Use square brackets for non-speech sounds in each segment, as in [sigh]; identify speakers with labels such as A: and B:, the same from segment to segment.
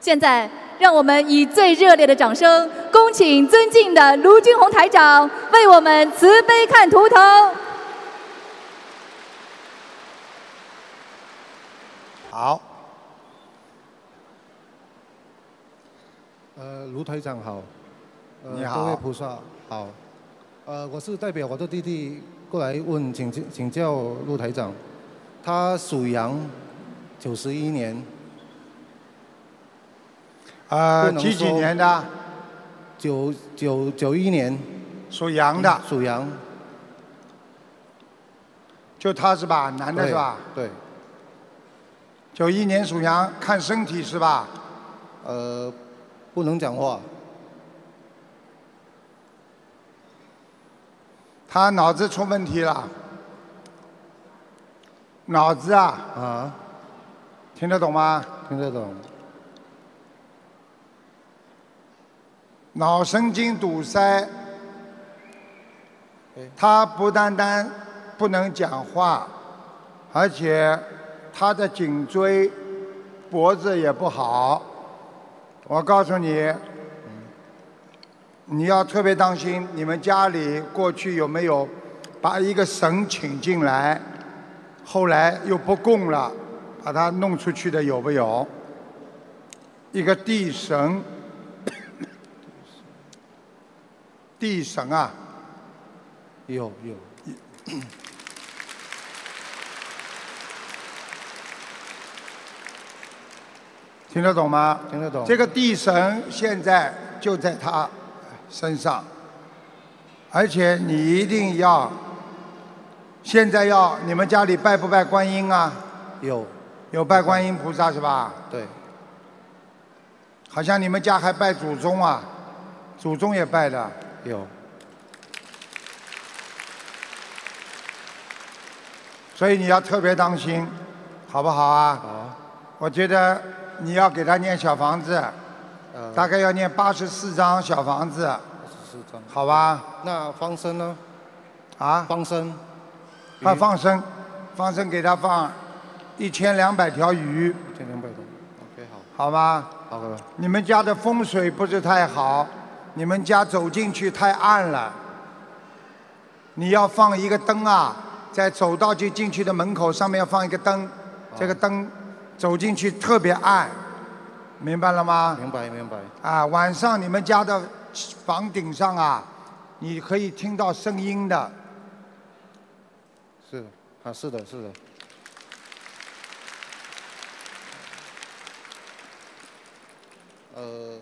A: 现在，让我们以最热烈的掌声，恭请尊敬的卢军红台长为我们慈悲看图腾。
B: 好。呃，卢台长好。呃
C: 你好
B: 各位菩萨好。呃，我是代表我的弟弟过来问请教请教陆台长，他属羊，九十一年。
C: 呃，几几年的？
B: 九九九一年。
C: 属羊的。
B: 属羊。
C: 就他是吧？男的是吧？
B: 对。
C: 九一年属羊，看身体是吧？
B: 呃，不能讲话。
C: 他脑子出问题了。脑子啊。
B: 啊。
C: 听得懂吗？
B: 听得懂。
C: 脑神经堵塞
B: 哎，
C: 他不单单不能讲话，而且他的颈椎、脖子也不好。我告诉你，你要特别当心，你们家里过去有没有把一个神请进来，后来又不供了，把他弄出去的有没有？一个地神。地神啊，
B: 有有。
C: 听得懂吗？
B: 听得懂。
C: 这个地神现在就在他身上，而且你一定要，现在要你们家里拜不拜观音啊？
B: 有。
C: 有拜观音菩萨是吧？
B: 对。
C: 好像你们家还拜祖宗啊，祖宗也拜的。
B: 有。
C: 所以你要特别当心，好不好啊？
B: 好。
C: 我觉得你要给他念小房子，
B: 呃，
C: 大概要念八十四张小房子，
B: 是这样。
C: 好吧？
B: 那方生呢？
C: 啊？
B: 方生。
C: 他放生，放生给他放一千两百条鱼，
B: 一千两百多。OK，好。
C: 好吗？
B: 好的。
C: 你们家的风水不是太好，你们家走进去太暗了。你要放一个灯啊，在走道就进去的门口上面要放一个灯，这个灯走进去特别暗，明白了吗？
B: 明白明白。
C: 啊，晚上你们家的房顶上啊，你可以听到声音的。
B: 是啊，是的，是的。呃，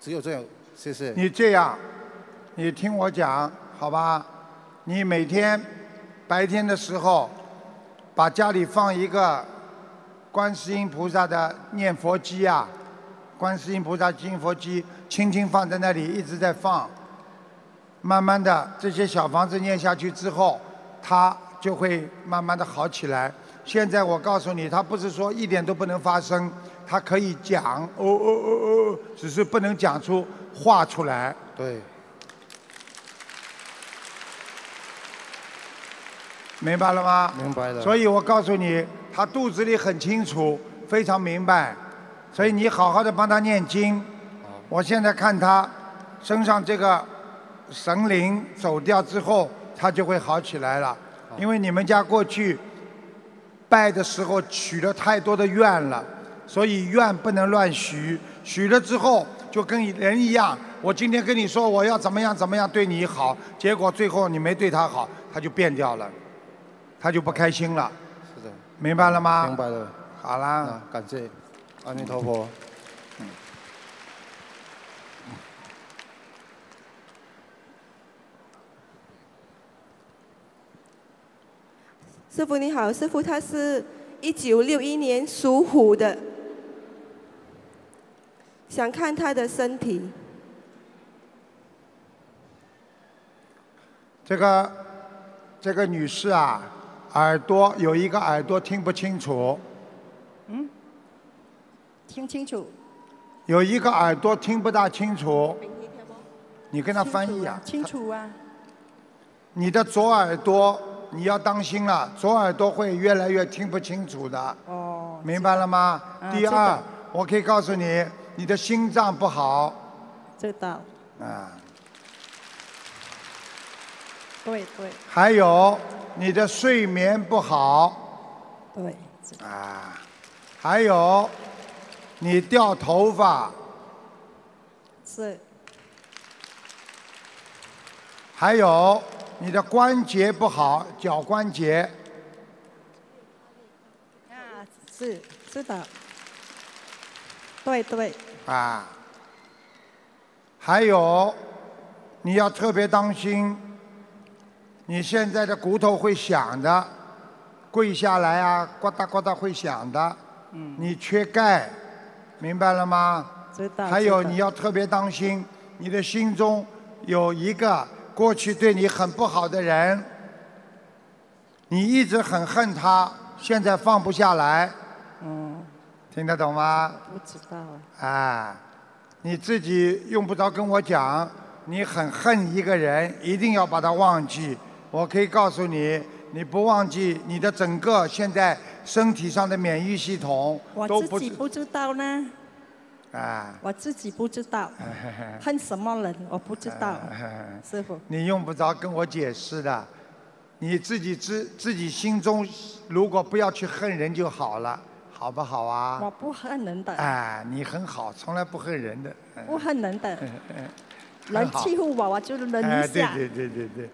B: 只有这样，谢谢。
C: 你这样，你听我讲，好吧？你每天白天的时候，把家里放一个观世音菩萨的念佛机啊，观世音菩萨念佛机，轻轻放在那里，一直在放。慢慢的，这些小房子念下去之后，它就会慢慢的好起来。现在我告诉你，它不是说一点都不能发生，它可以讲，哦哦哦哦，只是不能讲出话出来。
B: 对，
C: 明白了吗？
B: 明白了。
C: 所以我告诉你，他肚子里很清楚，非常明白，所以你好好的帮他念经。我现在看他身上这个神灵走掉之后，他就会好起来了。因为你们家过去拜的时候许了太多的愿了，所以愿不能乱许，许了之后就跟人一样。我今天跟你说我要怎么样怎么样对你好，结果最后你没对他好，他就变掉了，他就不开心了，
B: 是的，
C: 明白了吗？
B: 明白了。
C: 好啦。
B: 啊，感谢阿弥陀佛。
D: 师傅你好，师傅他是一九六一年属虎的，想看他的身体。
C: 这个这个女士啊，耳朵有一个耳朵听不清楚，
E: 嗯听清楚，
C: 有一个耳朵听不大清楚。你跟她翻译啊，
E: 清楚啊，
C: 你的左耳朵你要当心了，左耳朵会越来越听不清楚的。
E: 哦，
C: 明白了吗？
E: 啊
C: 第
E: 知
C: 二
E: 道，
C: 我可以告诉你，你的心脏不好
E: 知道，
C: 啊，
E: 对对
C: 还有你的睡眠不好
E: 对，
C: 啊，还有你掉头发，
E: 是
C: 还有你的关节不好，脚关节。
E: 啊，是知道，对对
C: 啊，还有你要特别当心，你现在的骨头会响的，跪下来啊，呱嗒呱嗒会响的。嗯。你缺钙，明白了吗？
E: 知道。
C: 还有
E: 知道
C: 你要特别当心，你的心中有一个过去对你很不好的人，你一直很恨他，现在放不下来，
E: 嗯，
C: 听得懂吗？
E: 不知道啊，
C: 啊，你自己用不着跟我讲，你很恨一个人，一定要把他忘记。我可以告诉你，你不忘记，你的整个现在身体上的免疫系统
E: 我
C: 都
E: 自
C: 不
E: 己不知道呢，
C: 啊。
E: 我自己不
C: [laughs]
E: 知道，恨什么人我不知道，师傅
C: 你用不着跟我解释的，你自己知自己心中如果不要去恨人就好了，好不好
E: 我
C: 啊？
E: 不恨人的，
C: 哎，你很好，从来不恨人的。嗯
E: 不恨人的，
C: 很
E: 人
C: 好
E: 欺负我我就忍
C: 哎，
E: 一
C: 对
E: 下，
C: 对对对对，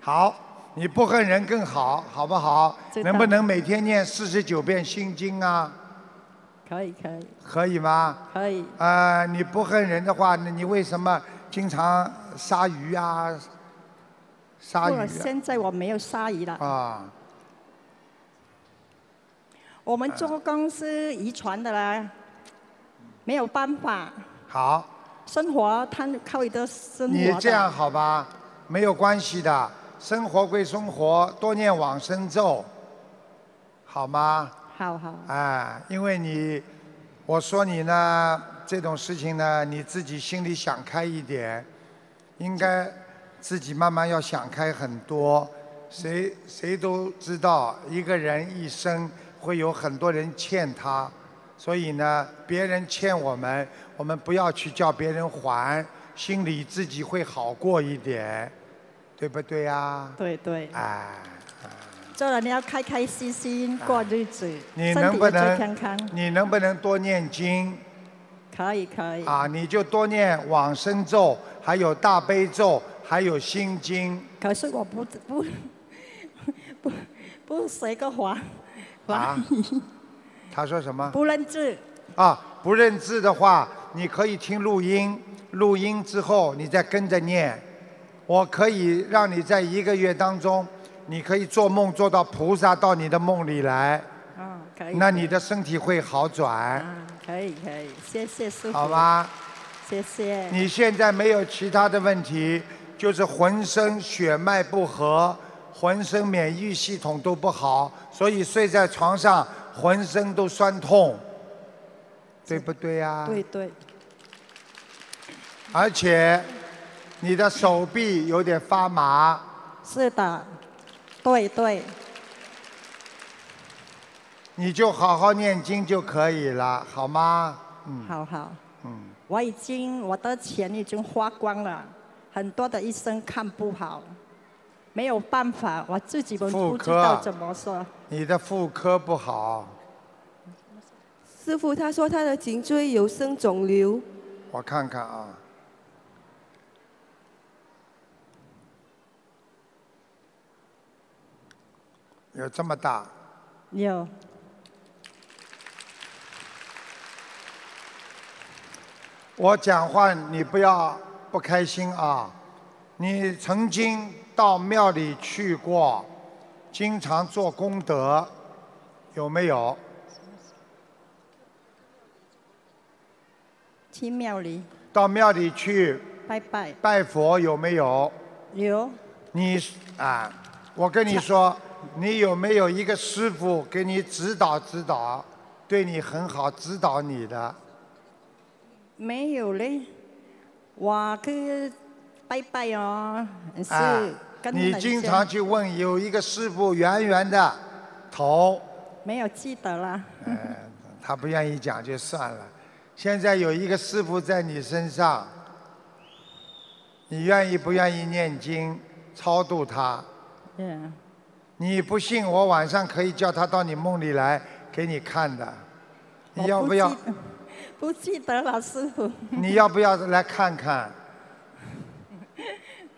C: 好，你不恨人更好，好不好？
E: 知道
C: 能不能每天念四十九遍心经啊？
E: 可以可以
C: 可以吗？
E: 可以，
C: 呃，你不恨人的话，那你为什么经常杀鱼啊？
E: 不
C: 杀鱼
E: 过
C: 啊？
E: 现在我没有鲨鱼了。
C: 啊
E: 我们做工是遗传的啦，没有办法，
C: 好，
E: 生活他靠一个生活
C: 你
E: 的
C: 这样好吧，没有关系的，生活归生活，多念往生咒，好吗？
E: 好好
C: 啊，因为你，我说你呢，这种事情呢，你自己心里想开一点，应该自己慢慢要想开很多。谁谁都知道，一个人一生会有很多人欠他，所以呢，别人欠我们，我们不要去叫别人还，心里自己会好过一点，对不对啊呀？
E: 对对，
C: 哎。
E: 做人要开开心心过日子，
C: 你
E: 身
C: 能
E: 体
C: 不
E: 也最健
C: 能
E: 康，，
C: 你能不能多念经？
E: 可以可以，
C: 啊，你就多念往生咒，还有大悲咒，还有心经
E: 可是我不不 [laughs] 不不学个华华
C: 啊
E: 语，。
C: 他说什么？
E: 不认字，
C: 啊，不认字的话，你可以听录音，录音之后你再跟着念。我可以让你在一个月当中，你可以做梦做到菩萨到你的梦里来，
E: 啊可以，
C: 那你的身体会好转，
E: 啊可以可以，谢谢师傅，
C: 好？吗？
E: 谢谢，
C: 你现在没有其他的问题，就是浑身血脉不和，浑身免疫系统都不好，所以睡在床上浑身都酸痛，对不对呀、
E: 对对，
C: 而且你的手臂有点发麻，
E: 是的，对对，
C: 你就好好念经就可以了，好吗？嗯
E: 好好。
C: 嗯，
E: 我已经我的钱已经花光了，很多的医生看不好，没有办法，我自己们
C: 妇
E: 不知
C: 科啊
E: 道怎么说。
C: 你的妇科不好，
D: 师傅他说他的颈椎有生肿瘤，
C: 我看看啊。有这么大，
E: 有
C: 我讲话你不要不开心啊！你曾经到庙里去过，经常做功德，有没有？
E: 去庙里
C: 到庙里去
E: 拜拜，
C: 拜佛有没有？
E: 有
C: 你啊，我跟你说，你有没有一个师傅给你指导指导，对你很好指导你的？
E: 没有嘞？我去拜拜哦，是
C: 啊
E: 跟人
C: 你
E: 家
C: 经常去问，有一个师傅圆圆的头，
E: 没有记得啦，
C: 他不愿意讲就算了。现在有一个师傅在你身上，你愿意不愿意念经超度他？
E: 嗯，
C: 你不信，我晚上可以叫他到你梦里来给你看的。你
E: 我
C: 要不要
E: 记？得？不记得了，师傅。
C: [laughs] 你要不要来看
E: [laughs]
C: 看？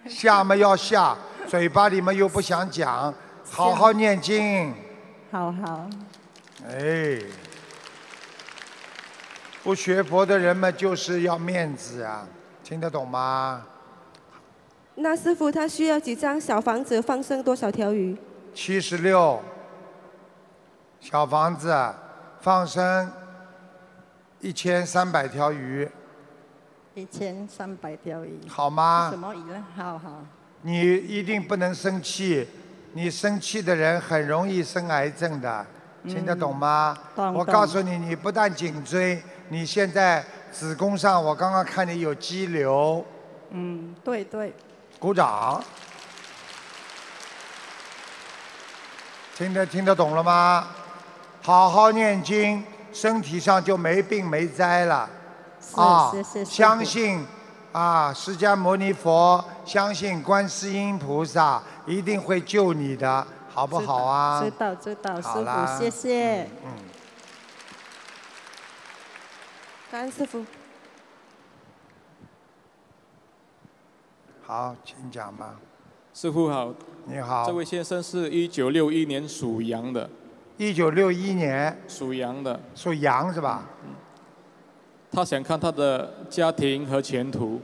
C: 下嘛要下，嘴巴里面又不想
E: [laughs]
C: 讲，好好念经。
E: 好好，
C: 哎，不学佛的人们就是要面子啊，听得懂吗？
D: 那师傅他需要几张小房子放生多少条鱼？
C: 七十六，小房子放生一千三百条鱼，
E: 一千三百条鱼。
C: 好吗？
E: 什么鱼呢？好好，
C: 你一定不能生气，你生气的人很容易生癌症的，听得懂吗？
E: 嗯懂
C: 我
E: 懂
C: 告诉你，你不但颈椎，你现在子宫上，我刚刚看你有肌瘤，
E: 嗯，对对，
C: 鼓掌。听得听得懂了吗？好好念经，身体上就没病没灾了。
E: 是
C: 啊，
E: 谢谢师傅。
C: 相信啊，释迦牟尼佛，相信观世音菩萨一定会救你的，好不好啊
E: 知？道知道，师
C: 好啦嗯
E: 傅，谢谢。
D: 感恩师傅。
C: 好，请讲吧。
F: 师傅好，
C: 你好
F: 这，位先生是一九六一年属羊的，
C: 一九六一年
F: 属羊的，
C: 属羊是吧？
F: 他想看他的家庭和前途。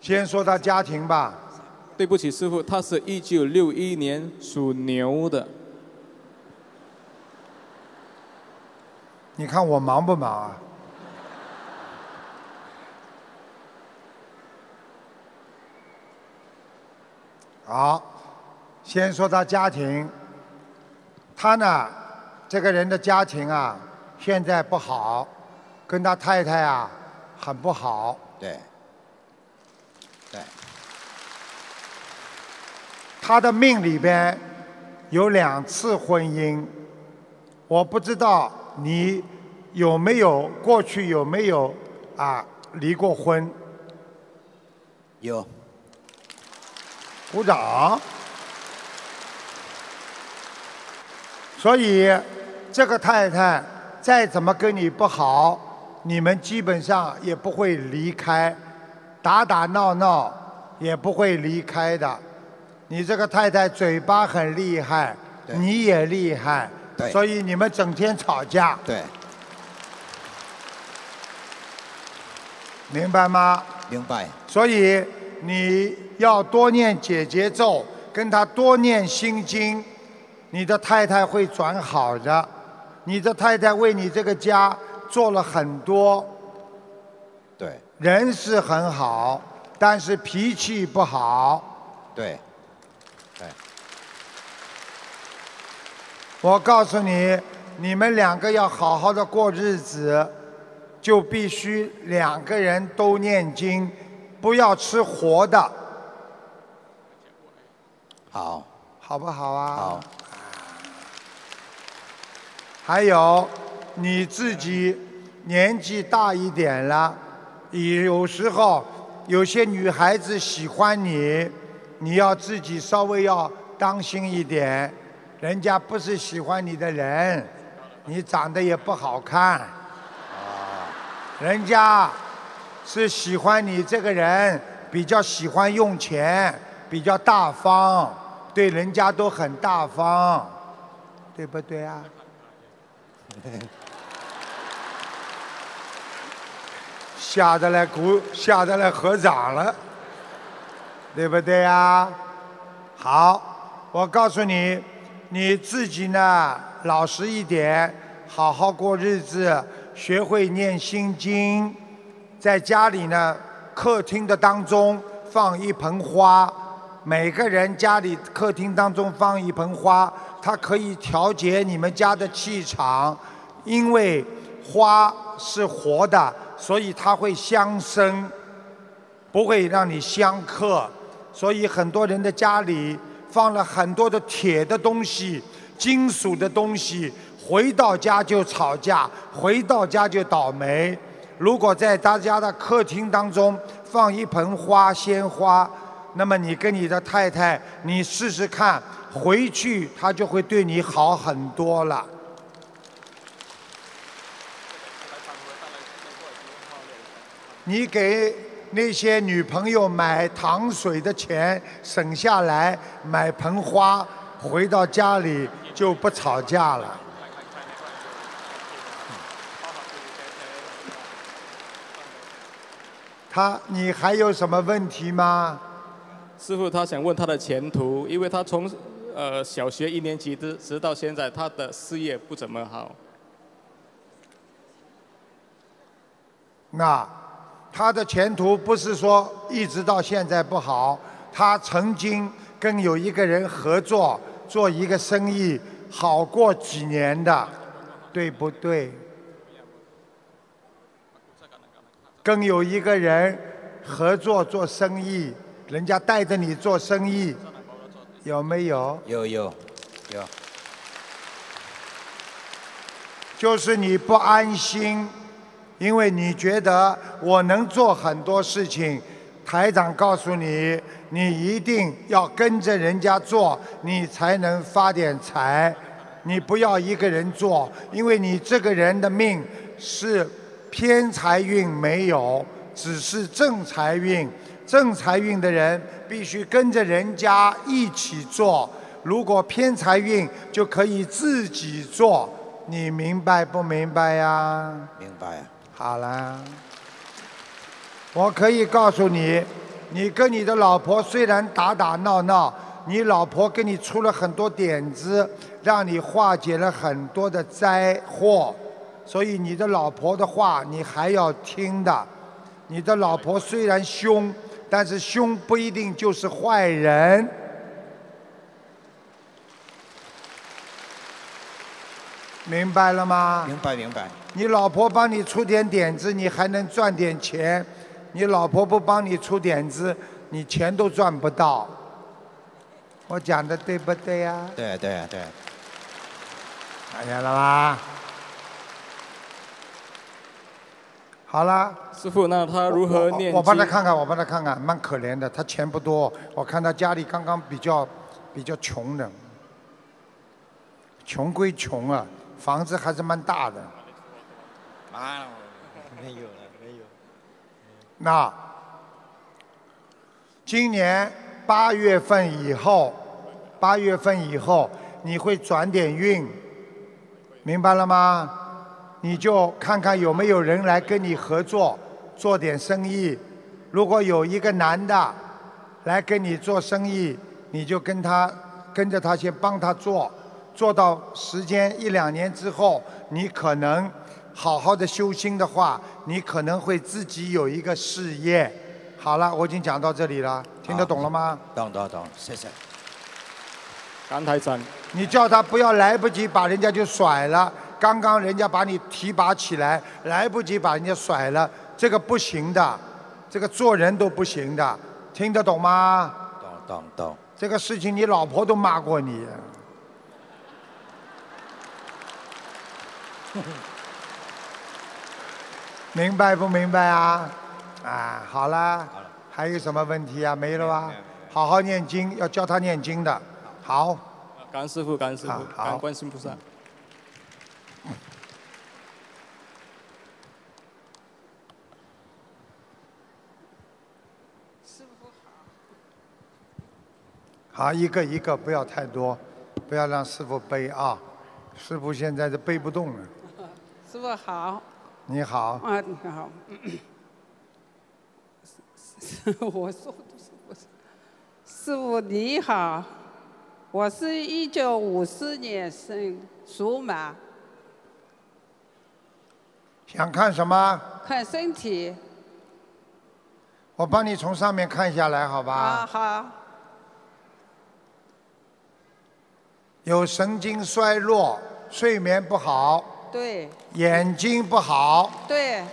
C: 先说他家庭吧，
F: 对不起，师傅，他是一九六一年属牛的，
C: 你看我忙不忙啊？好，先说他家庭，他呢，这个人的家庭啊，现在不好，跟他太太啊很不好，
G: 对，对，
C: 他的命里边有两次婚姻，我不知道你有没有过去有没有啊离过婚？
G: 有
C: 鼓掌。所以这个太太再怎么跟你不好，你们基本上也不会离开，打打闹闹也不会离开的。你这个太太嘴巴很厉害，
G: 对
C: 你也厉害，
G: 对
C: 所以你们整天吵架，
G: 对，
C: 明白吗？
G: 明白，
C: 所以你要多念解结咒，跟他多念心经，你的太太会转好的。你的太太为你这个家做了很多，
G: 对
C: 人是很好，但是脾气不好。
G: 对
C: 我告诉你，你们两个要好好的过日子，就必须两个人都念经，不要吃活的，
G: 好
C: 好不好啊？
G: 好
C: 还有你自己年纪大一点了，你有时候有些女孩子喜欢你，你要自己稍微要当心一点，人家不是喜欢你的人，你长得也不好看，人家是喜欢你这个人比较喜欢用钱，比较大方，对人家都很大方，对不对啊？吓得来鼓，吓得来合掌了，对不对啊？好，我告诉你，你自己呢，老实一点，好好过日子，学会念心经，在家里呢，客厅的当中放一盆花，每个人家里客厅当中放一盆花，它可以调节你们家的气场，因为花是活的，所以它会相生。不会让你相克，所以很多人的家里放了很多的铁的东西、金属的东西，回到家就吵架，回到家就倒霉。如果在大家的客厅当中放一盆花鲜花，那么你跟你的太太，你试试看，回去她就会对你好很多了。你给那些女朋友买糖水的钱省下来，买盆花，回到家里就不吵架了。他，你还有什么问题吗？
F: 师傅他想问他的前途，因为他从呃小学一年级直直到现在，他的事业不怎么好。
C: 那他的前途不是说一直到现在不好，他曾经跟有一个人合作做一个生意，好过几年的，对不对？跟有一个人合作做生意，人家带着你做生意，有没有？
G: 有有有，
C: 就是你不安心，因为你觉得我能做很多事情。台长告诉你，你一定要跟着人家做，你才能发点财。你不要一个人做，因为你这个人的命是偏财运没有，只是正财运。正财运的人必须跟着人家一起做，如果偏财运就可以自己做。你明白不明白呀、
G: 明白。啊
C: 好啦，我可以告诉你，你跟你的老婆虽然打打闹闹，你老婆给你出了很多点子，让你化解了很多的灾祸，所以你的老婆的话你还要听的。你的老婆虽然凶，但是凶不一定就是坏人。明白了吗？
G: 明白明白。
C: 你老婆帮你出点点子，你还能赚点钱；你老婆不帮你出点子，你钱都赚不到。我讲的对不对啊哎呀、
G: 对对对，
C: 看见了吧？好了，
F: 师傅，那他如何念经？
C: 我我帮他看看，我帮他看看，蛮可怜的，他钱不多，我看他家里刚刚比较比较穷的，穷归穷啊，房子还是蛮大的。
G: 妈了，没有了没有。
C: 那今年八月份以后，八月份以后你会转点运，明白了吗？你就看看有没有人来跟你合作，做点生意。如果有一个男的来跟你做生意，你就跟他跟着他先帮他做，做到时间一两年之后，你可能好好的修心的话，你可能会自己有一个事业。好了，我已经讲到这里了，听得懂了吗？
G: 懂懂懂，谢谢。
F: 感恩台长，
C: 你叫他不要来不及把人家就甩了，刚刚人家把你提拔起来，来不及把人家甩了，这个不行的，这个做人都不行的，听得懂吗？
G: 懂哦懂懂，
C: 这个事情你老婆都骂过你。 [laughs] 明白不明白啊？啊，好啦，还有什么问题啊？没了吧？好好念经，要教他念经的。好，
F: 感恩师傅，感恩师傅
C: 啊，好
F: 感恩观世音菩萨。
C: 好，一个一个，不要太多，不要让师傅背啊。师傅现在是背不动了。
H: 师傅好，
C: 你好，
H: 啊，你好， [laughs] 是是我说的是不是？师傅你好，我是一九五四年生，属马，
C: 想看什么？
H: 看身体
C: 我帮你从上面看下来，好吧？
H: 啊好，
C: 有神经衰弱，睡眠不好，
H: 对
C: 眼睛不好，
H: 对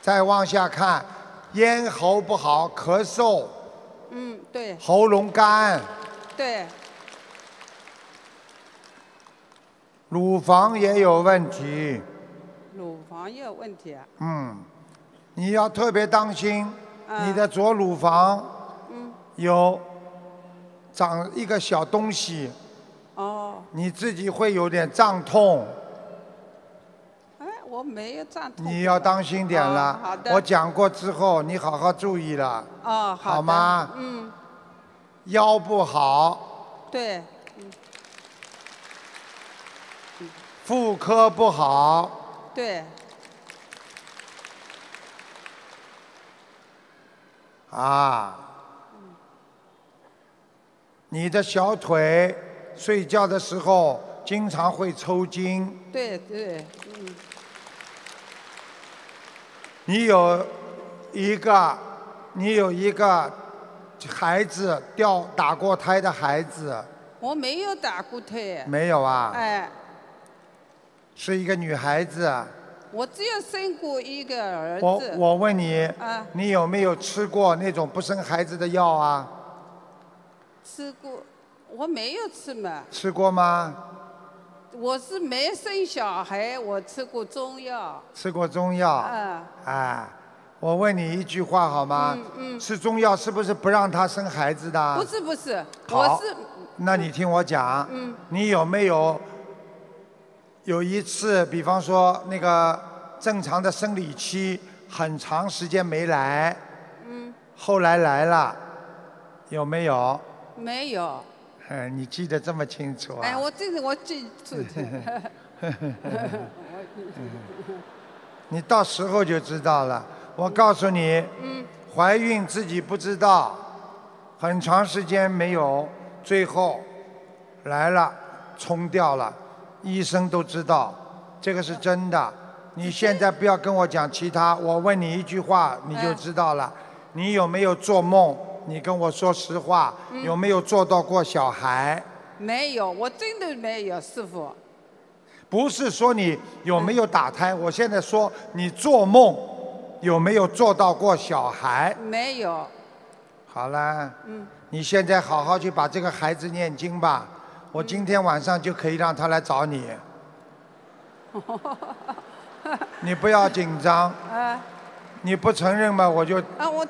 C: 再往下看，咽喉不好，咳嗽，
H: 嗯，对
C: 喉咙干、
H: 对
C: 乳房也有问题。
H: 乳房也有问题啊。
C: 嗯，你要特别当心，
H: 嗯
C: 你的左乳房
H: 嗯，
C: 有长一个小东西，
H: 哦，
C: 你自己会有点胀痛，
H: 哎，我没有胀痛。
C: 你要当心点
H: 啊好
C: 了。
H: 的
C: 我讲过之后，你好好注意了。
H: 哦，好的
C: 好吗
H: 嗯，
C: 腰不好，
H: 对，
C: 妇科不好，
H: 对，
C: 啊，你的小腿睡觉的时候经常会抽筋，
H: 对，对，嗯，
C: 你有一个，你有一个孩子掉打过胎的孩子
H: 我没有打过腿。
C: 没有啊？
H: 哎，
C: 是一个女孩子，
H: 我只有生过一个儿
C: 我
H: 子。
C: 我问你，
H: 啊，
C: 你有没有吃过那种不生孩子的药啊？
H: 吃过，我没有吃嘛。
C: 吃过吗？
H: 我是没生小孩，我吃过中药。
C: 吃过中药？
H: 啊，
C: 哎，我问你一句话好吗？
H: 嗯嗯
C: 吃中药是不是不让他生孩子的？
H: 不是不是，
C: 好
H: 我是
C: 那你听我讲，
H: 嗯
C: 你有没有有一次，比方说那个正常的生理期很长时间没来，
H: 嗯
C: 后来来了，有没有？
H: 没有。
C: 哎，你记得这么清楚啊？
H: 哎，我这个我记
C: [laughs]
H: 住的。
C: 你到时候就知道了。我告诉你，
H: 嗯
C: 怀孕自己不知道，很长时间没有，最后来了，冲掉了，医生都知道，这个是真的。你现在不要跟我讲其他，我问你一句话你就知道了。你有没有做梦？你跟我说实话，有没有做到过小孩？
H: 没有，我真的没有，师傅。
C: 不是说你有没有打胎，我现在说你做梦有没有做到过小孩？
H: 没有，啊
C: 好啦，
H: 嗯，
C: 你现在好好去把这个孩子念经吧，我今天晚上就可以让他来找你。你不要紧张，
H: 啊
C: 你不承认嘛，我就
H: 啊，我，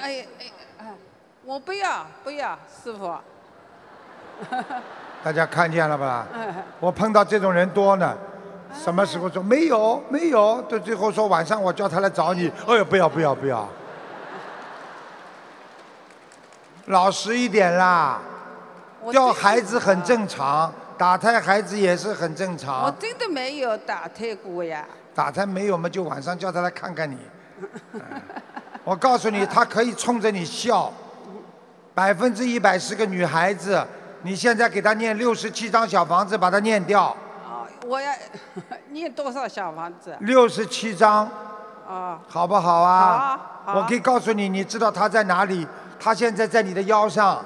H: 哎哎哎，我不要不要，师傅。
C: 大家看见了
H: [laughs]
C: 吧？我碰到这种人多呢，什么时候说没有没有，到最后说晚上我叫他来找你，哎呦不要不要不要，老实一点啦，
H: 我
C: 掉
H: 真的
C: 孩子很正常，打胎孩子也是很正
H: 我
C: 常，
H: 真的没有打退过呀。
C: 打胎没有嘛就晚上叫他来看看你， [laughs] 嗯我告诉你，他可以冲着你笑，百分之一百是个女孩子，你现在给他念六十七张小房子，把他念掉。
H: 啊，我要 [laughs] 念多少小房子？
C: 六十七章，
H: 啊，
C: 好不好
H: 好
C: 啊？
H: 啊，好啊
C: 我可以告诉你，你知道它在哪里？它现在在你的腰上，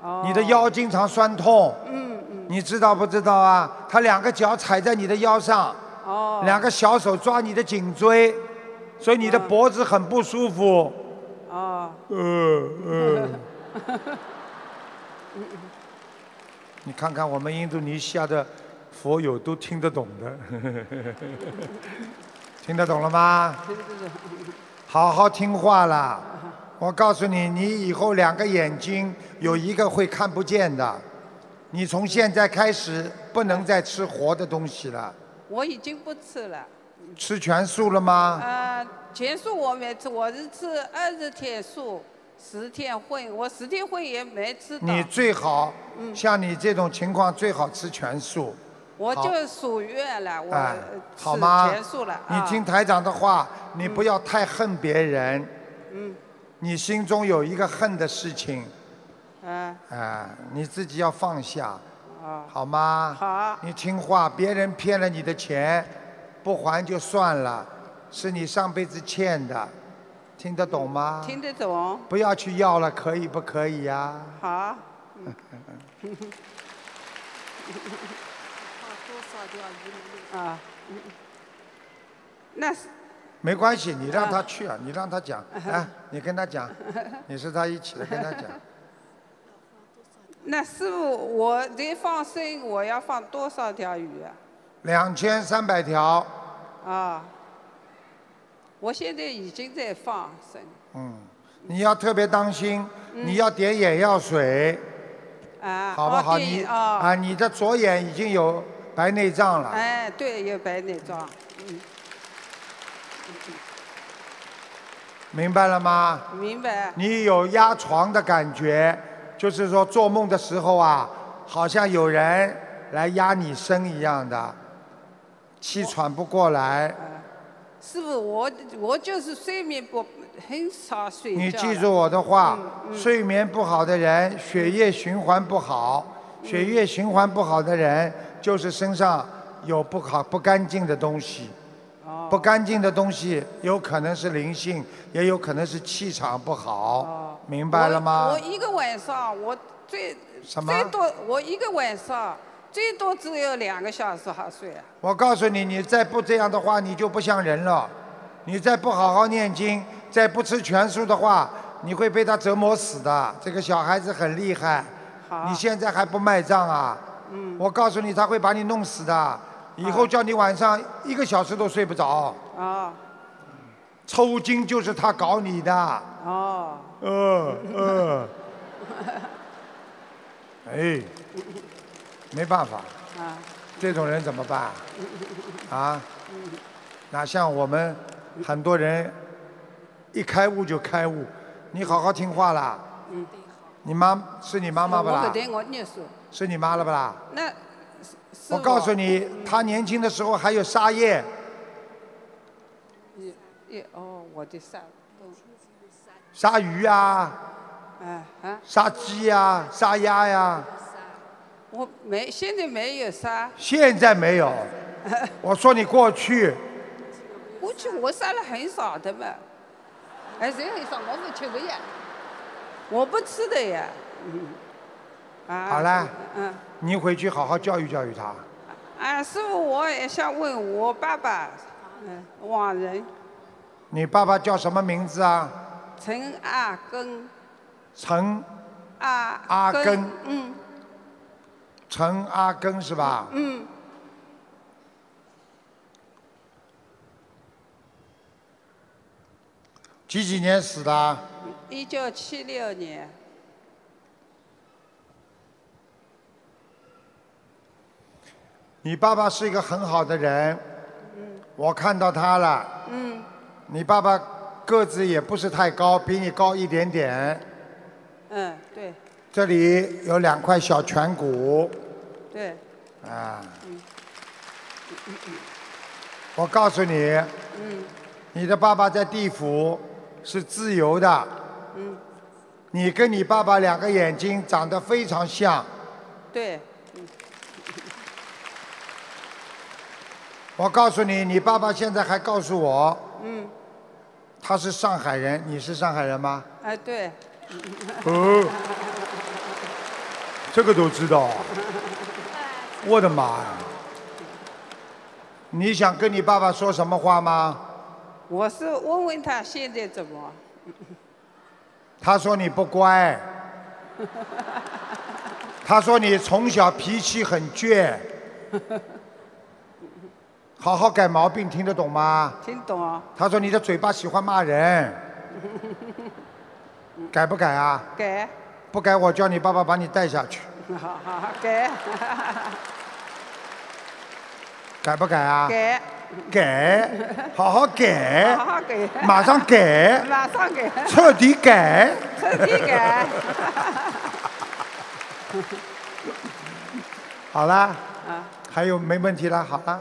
H: 哦
C: 你的腰经常酸痛，
H: 嗯嗯，
C: 你知道不知道啊？它两个脚踩在你的腰上，
H: 哦，
C: 两个小手抓你的颈椎，所以你的脖子很不舒服。呃
H: 嗯哦， [laughs] 嗯
C: 你看看我们印度尼西亚的佛友都听得懂的，
H: [laughs]
C: 听得懂了吗？好好听话啦！我告诉你，你以后两个眼睛有一个会看不见的，你从现在开始不能再吃活的东西了。
H: 我已经不吃了。
C: 吃全素了吗？
H: 啊，全素我没吃，我是吃二十天素，十天荤，我十天荤也没吃到。
C: 你最好像你这种情况最好吃全素。
H: 我
C: 好
H: 就属月了，我
C: 哎
H: 呃吃
C: 好吗
H: 全素了。
C: 你
H: 啊嗯
C: 听台长的话，你不要太恨别人。你心中有一个恨的事情，
H: 啊
C: 啊，你自己要放下，
H: 啊，
C: 好吗？
H: 好
C: 你听话，别人骗了你的钱，不还就算了，是你上辈子欠的，听得懂吗？
H: 啊嗯听得懂？
C: 不要去要了，可以不可以呀、
H: 好， [laughs] 嗯，啊，那
C: 没关系，你让他去啊，你让他
H: [laughs]
C: 讲，哎，你跟他讲，你是他一起的，跟他讲。
H: 那师傅，我这放生我要放多少条鱼啊？
C: 两千三百条，
H: 啊，我现在已经在放生
C: 嗯，你要特别当心，
H: 嗯
C: 你要点眼药水，
H: 啊，
C: 好不好？
H: 哦对
C: 你
H: 啊，
C: 啊，你的左眼已经有白内障了，
H: 哎，对，有白内障，嗯，
C: 明白了吗？
H: 明白，
C: 你有压床的感觉，就是说做梦的时候啊，好像有人来压你身一样的，气喘不过来。
H: 师傅，我我就是睡眠不很少睡觉。
C: 你记住，我的话，睡眠不好的人，血液循环不好，血液循环不好的人，就是身上有不好不干净的东西。不干净的东西有可能是灵性，也有可能是气场不好，明白了吗？
H: 我我一个晚上，我最
C: 什么
H: 最多我一个晚上最多只有两个小时好睡啊。
C: 我告诉你，你再不这样的话，你就不像人了。你再不好好念经，再不吃全素的话，你会被他折磨死的。这个小孩子很厉害，
H: 好
C: 你现在还不卖账啊？我告诉你，他会把你弄死的。以后叫你晚上一个小时都睡不着，
H: 啊
C: 抽筋就是他搞你的。
H: 哦，
C: 呃
H: [laughs]
C: 呃，哎，没办法，
H: 啊
C: 这种人怎么办啊？啊，哪像我们很多人一开悟就开悟，你好好听话啦。你妈是你妈妈不
H: 嗯我
C: 啦
H: 不？听我念书。
C: 是你妈了不啦？
H: 那师
C: 我告诉，你，她年轻的时候还有沙叶，
H: 也也哦，我的三
C: 杀鱼啊，
H: 哎啊，
C: 杀鸡啊，杀鸭呀、
H: 我没现在没有杀，
C: 现在没
H: [laughs]
C: 有。我说你过去，
H: 过去我杀了很少的嘛，哎，谁很少，我不吃的呀，我不吃的呀，嗯，啊，
C: 好啦
H: 嗯。
C: 你回去好好教育教育她。
H: 啊，师傅，我也想问我爸爸，嗯，网人
C: 你爸爸叫什么名字啊？
H: 陈阿根，
C: 陈
H: 阿
C: 阿根
H: 根，嗯，
C: 陈阿根是吧？嗯。几几年死的啊？
H: 一九七六年，
C: 你爸爸是一个很好的人，我看到他了。嗯。你爸爸个子也不是太高，比你高一点点。
H: 嗯，对
C: 这里有两块小颧骨
H: 对，
C: 啊。我告诉你，你的爸爸在地府是自由的。你跟你爸爸两个眼睛长得非常像。
H: 对，
C: 我告诉你，你爸爸现在还告诉我，他是上海人，你是上海人吗？
H: 啊对，
C: 哦，这个都知道啊，我的妈呀！你想跟你爸爸说什么话吗？
H: 我是问问他现在怎么，
C: 他说你不乖，他说你从小脾气很倔，好好改毛病，听得懂吗？
H: 听懂啊？
C: 他说你的嘴巴喜欢骂人，改不改啊？
H: 改，
C: 不改，我叫你爸爸把你带下去，
H: 好好好改
C: 改不改啊？
H: 改，
C: 改，好好
H: 好
C: 改，
H: 好改，
C: 马上改，
H: 马上改，
C: 彻底改。
H: 彻底改，
C: 好啦，
H: 啊
C: 还有没问题了？好啦，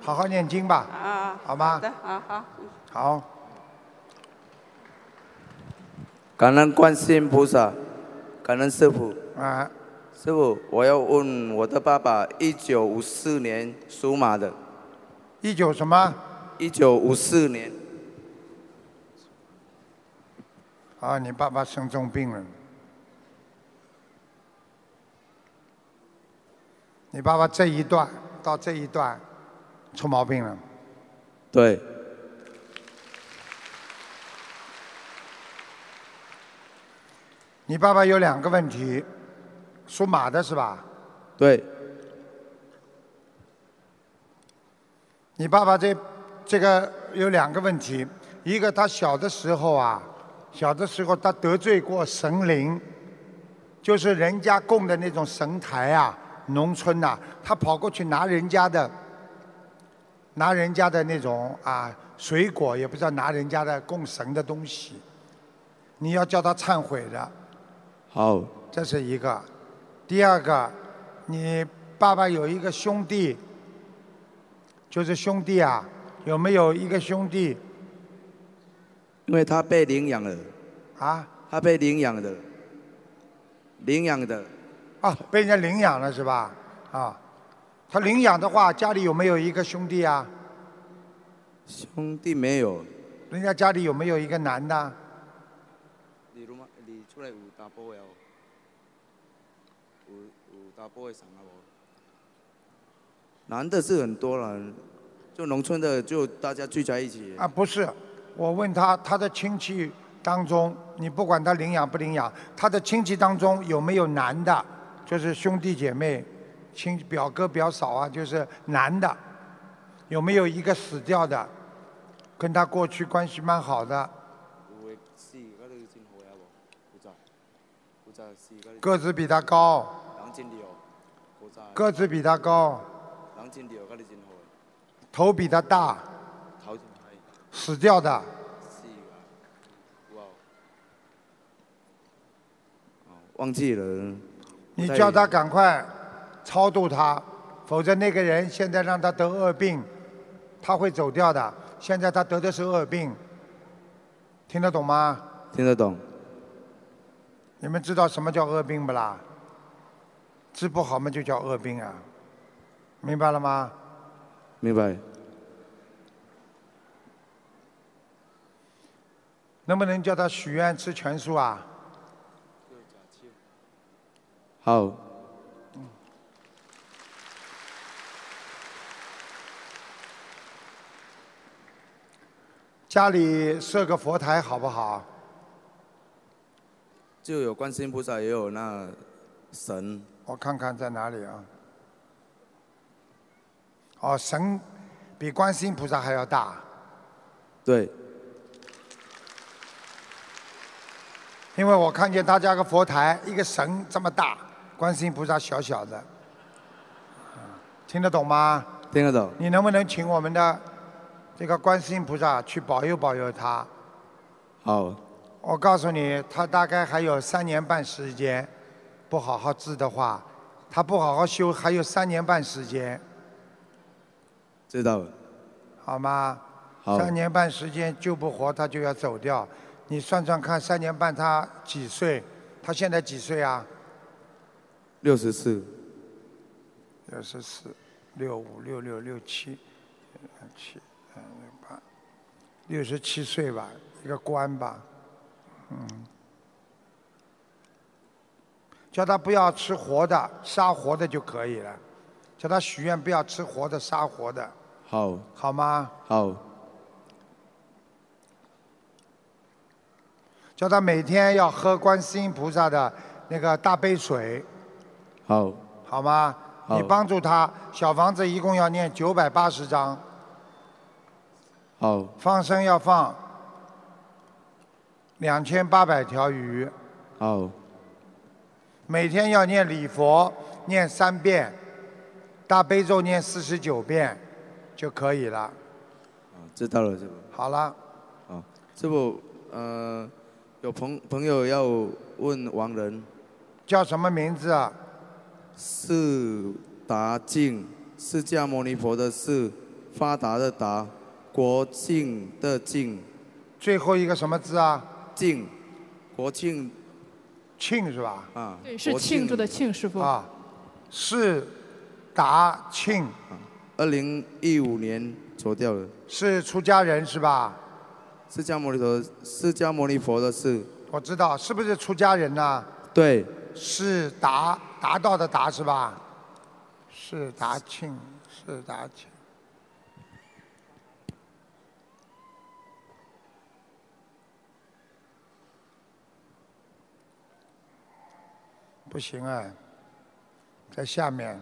C: 好好念经吧，
H: 啊，
C: 好吗
H: 的，？啊好，
C: 好，
I: 感恩观世音菩萨，感恩师傅。
C: 啊，
I: 师傅，我要问我的爸爸，一九五四年属马的，
C: 一九什么？
I: 一九五四年，
C: 啊，你爸爸生重病了。你爸爸这一段到这一段出毛病了。
I: 对，
C: 你爸爸有两个问题，属马的是吧？
I: 对，
C: 你爸爸这这个有两个问题，一个他小的时候啊，小的时候他得罪过神灵，就是人家供的那种神台啊，农村呐、他跑过去拿人家的，拿人家的那种啊水果，也不知道拿人家的供神的东西，你要叫他忏悔的。
I: 好，
C: 这是一个。第二个，你爸爸有一个兄弟，就是兄弟啊，有没有一个兄弟
I: 因为他被领养了，
C: 啊
I: 他被领养的，领养的
C: 啊被人家领养了是吧？啊，他领养的话，家里有没有一个兄弟啊？
I: 兄弟没有。
C: 人家家里有没有一个男的？啊
I: 你如嘛，你出来有打波了哦？有有打波的上啊男的是很多了，就农村的就大家聚在一起。
C: 啊，不是，我问他，他的亲戚当中，你不管他领养不领养，他的亲戚当中有没有男的，就是兄弟姐妹、亲表哥表嫂啊，就是男的，有没有一个死掉的，跟他过去关系蛮好的，
I: 有的死，我都真好呀无？有在，有在死，我
C: 个子比他高，
I: 人真了，无在，
C: 个子比他高，
I: 人真了，我都真好，
C: 头比他大，
I: 头真大，
C: 死掉的
I: 死啊，有啊。哦，忘记了。
C: 你叫他赶快超度他，否则那个人现在让他得恶病，他会走掉的。现在他得的是恶病，听得懂吗？
I: 听得懂？
C: 你们知道什么叫恶病不啦？治不好嘛就叫恶病啊，明白了吗？
I: 明白。
C: 能不能叫他许愿吃全素啊？
I: 好，
C: 家里设个佛台好不好？
I: 就有观世音菩萨，也有那神，
C: 我看看在哪里啊？哦，神比观世音菩萨还要大。
I: 对，
C: 因为我看见他家个佛台，一个神这么大，观世音菩萨小小的，听得懂吗？
I: 听得懂？
C: 你能不能请我们的这个观世音菩萨去保佑保佑他？
I: 好，
C: 我告诉你，他大概还有三年半时间，不好好治的话，他不好好修还有三年半时间，
I: 知道了。
C: 好吗？
I: 好，
C: 三年半时间救不活他就要走掉，你算算看，三年半他几岁？他现在几岁啊？
I: 六十四，
C: 六十四、六五、六六、六七、六七、嗯六八，六十七岁吧，一个官吧，嗯。叫他不要吃活的，杀活的就可以了。叫他许愿不要吃活的，杀活的，
I: 好，
C: 好吗？
I: 好，
C: 叫他每天要喝观世音菩萨的那个大杯水，
I: 好，
C: 好吗？
I: 好
C: 你帮助他，小房子一共要念九百八十章，
I: 好，
C: 放生要放两千八百条鱼，
I: 好，
C: 每天要念礼佛，念三遍，大悲咒念四十九遍就可以了。
I: 好知道了，师傅。
C: 好了，
I: 好，师傅，呃，有朋朋友要问王仁，
C: 叫什么名字啊？
I: 释达净，释迦牟尼佛的释，发达的达，国境的境，
C: 最后一个什么字啊？
I: 境，国庆
C: 庆是吧？
I: 啊，
J: 对，是
I: 国
J: 庆祝的庆，师傅。
C: 啊，是达庆，
I: 二零一五年走掉了。
C: 是出家人是吧？
I: 释迦牟尼佛，释迦牟尼佛的释，
C: 我知道，是不是出家人呐、
I: 对，
C: 是达达到的达是吧？是达庆，是达庆。不行啊，在下面，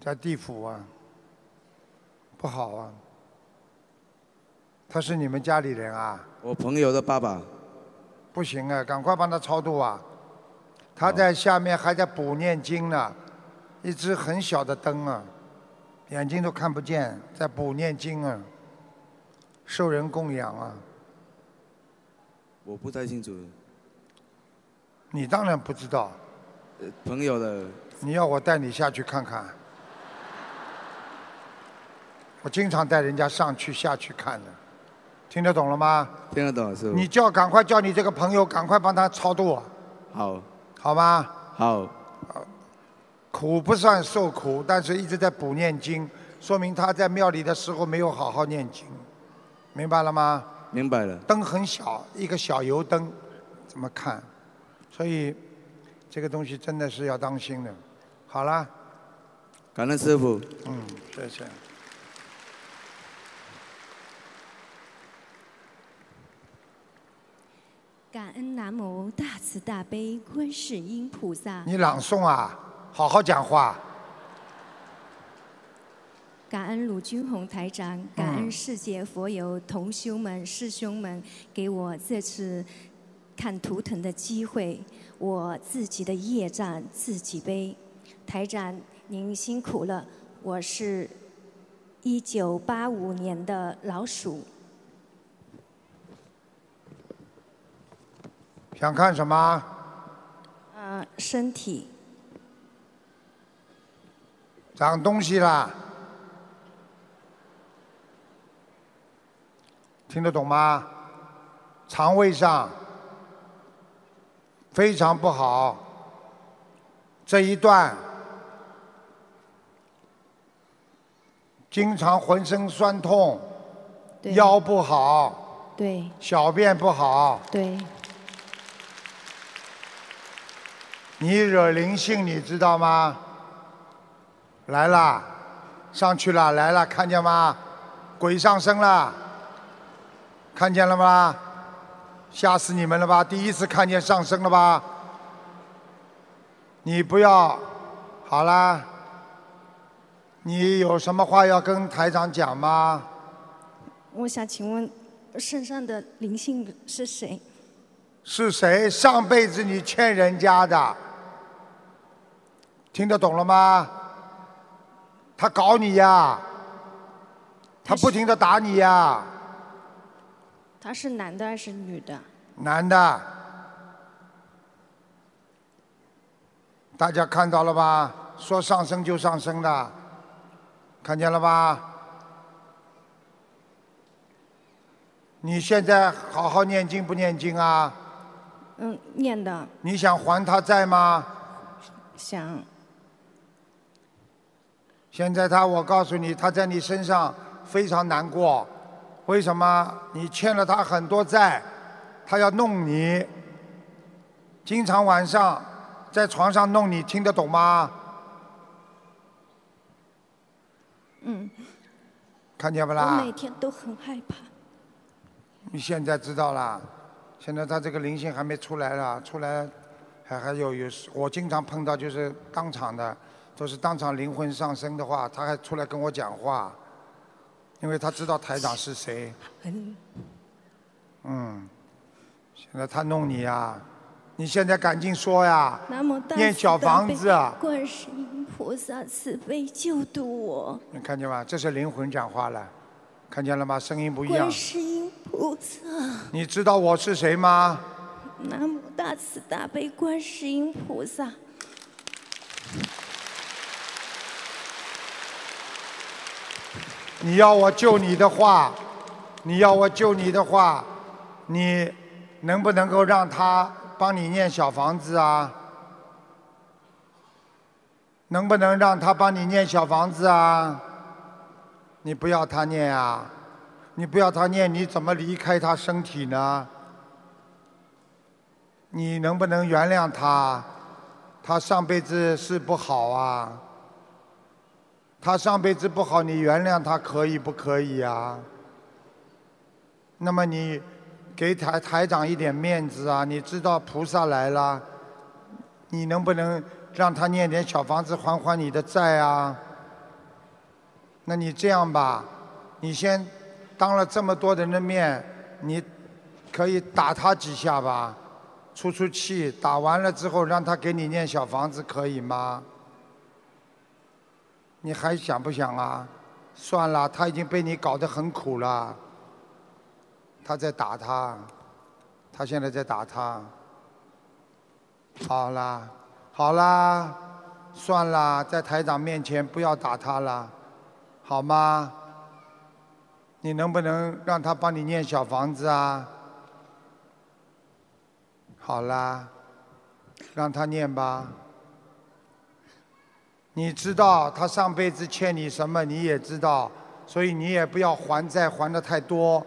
C: 在地府啊，不好啊。他是你们家里人啊？
I: 我朋友的爸爸，
C: 不行啊，赶快帮他超度啊！他在下面还在补念经呢，一只很小的灯啊，眼睛都看不见，在补念经啊，受人供养啊。
I: 我不太清楚，
C: 你当然不知道，
I: 呃朋友的
C: 你要我带你下去看看？我经常带人家上去下去看的，听得懂了吗？
I: 听得懂
K: 嗯
I: 是傅
C: 你叫赶快叫你这个朋友赶快帮他超度啊，
I: 好，
C: 好吗？
I: 好，
C: 苦不算受苦，但是一直在补念经，说明他在庙里的时候没有好好念经，明白了吗？
I: 明白了，
C: 灯很小，一个小油灯，怎么看？所以这个东西真的是要当心的。好了，
I: 感恩师傅。
C: 嗯，谢谢。
L: 感恩南无大慈大悲观世音菩萨，
C: 你朗诵啊，好好讲话。
L: 感恩鲁军红台长，
C: 嗯
L: 感恩世界佛友同修们、师兄们给我这次看图腾的机会，我自己的业障自己背。台长，您辛苦了，我是一九八五年的老鼠，
C: 想看什么？
L: 呃，身体
C: 长东西啦。听得懂吗？肠胃上非常不好，这一段经常浑身酸痛，
L: 对
C: 腰不好，
L: 对
C: 小便不好，
L: 对
C: 你惹灵性，你知道吗？来啦，上去了，来了，看见吗？鬼上身了，看见了吗？吓死你们了吧！第一次看见上身了吧？你不要，好啦。你有什么话要跟台长讲吗？
L: 我想请问身上的灵性是谁？
C: 是谁？上辈子你欠人家的，听得懂了吗？他搞你呀，他不停的打你呀，
L: 他是男的还是女的？
C: 男的，大家看到了吧？说上升就上升的，看见了吧？你现在好好念经不念经啊？
L: 嗯，念的
C: 你想还他债吗？
L: 想
C: 现在他，我告诉你，他在你身上非常难过。为什么？你欠了他很多债，他要弄你，经常晚上在床上弄你，听得懂吗？
L: 嗯，
C: 看见不
L: 我
C: 啦
L: 每？天都很害怕。
C: 你现在知道啦？现在他这个灵性还没出来啦，出来还还有有时，我经常碰到就是当场的，都是当场灵魂上升的话，他还出来跟我讲话，因为他知道台长是谁。
L: 嗯，
C: 嗯，现在他弄你呀、你现在赶紧说呀！
L: 南无大
C: 念
L: 慈
C: 小
L: 大
C: 房
L: 悲
C: 子啊
L: 观世音菩萨慈悲救度我，
C: 你看见吗？这是灵魂讲话了，看见了吗？声音不一样
L: 观。世音菩萨，
C: 你知道我是谁吗？
L: 南无大慈大悲观世音菩萨，
C: 你要我救你的话，你要我救你的话，你能不能够让他帮你念小房子啊？能不能让他帮你念小房子啊？你不要他念啊！你不要他念，你怎么离开他身体呢？你能不能原谅他？他上辈子是不好啊。他上辈子不好，你原谅他可以不可以啊？那么你给台台长一点面子啊！你知道菩萨来了，你能不能让他念点小房子还还你的债啊？那你这样吧，你先当了这么多人的面，你可以打他几下吧，出出气。打完了之后，让他给你念小房子，可以吗？你还想不想啊？算了，他已经被你搞得很苦了。他在打他，他现在在打他。好啦，好啦，算啦，在台长面前不要打他了，好吗？你能不能让他帮你念小房子啊？好啦，让他念吧。你知道他上辈子欠你什么，你也知道，所以你也不要还债还的太多，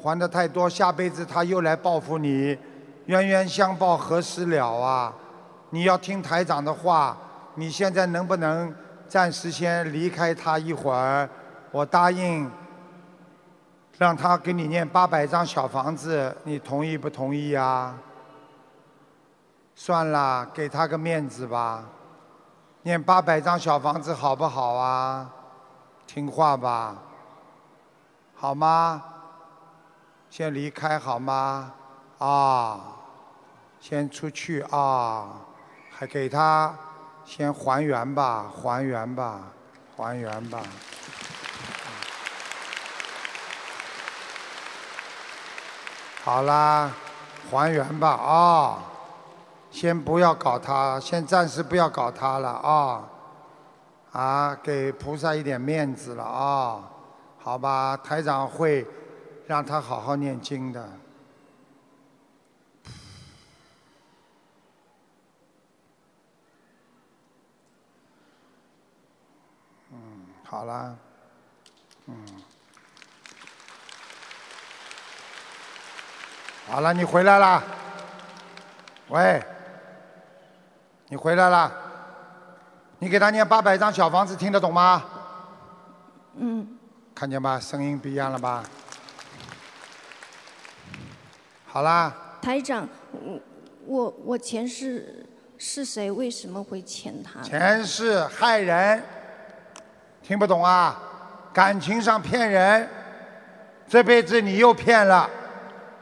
C: 还的太多，下辈子他又来报复你，冤冤相报何时了啊！你要听台长的话，你现在能不能暂时先离开他一会儿？我答应让他给你念八百张小房子，你同意不同意啊？算了，给他个面子吧。念八百张小房子好不好啊？听话吧，好吗？先离开好吗？啊，先出去啊，还给他先还原吧，还原吧，还原吧。好啦，还原吧啊、先不要搞他，先暂时不要搞他了啊、啊，给菩萨一点面子了啊、好吧，台长会让他好好念经的。嗯，好啦，嗯，好了，你回来啦。喂，你回来啦？你给他念八百张小房子，听得懂吗？
L: 嗯，
C: 看见吧，声音不一样了吧？好啦，
L: 台长，我我我前世是谁？为什么会欠他？
C: 前世害人，听不懂啊？感情上骗人，这辈子你又骗了，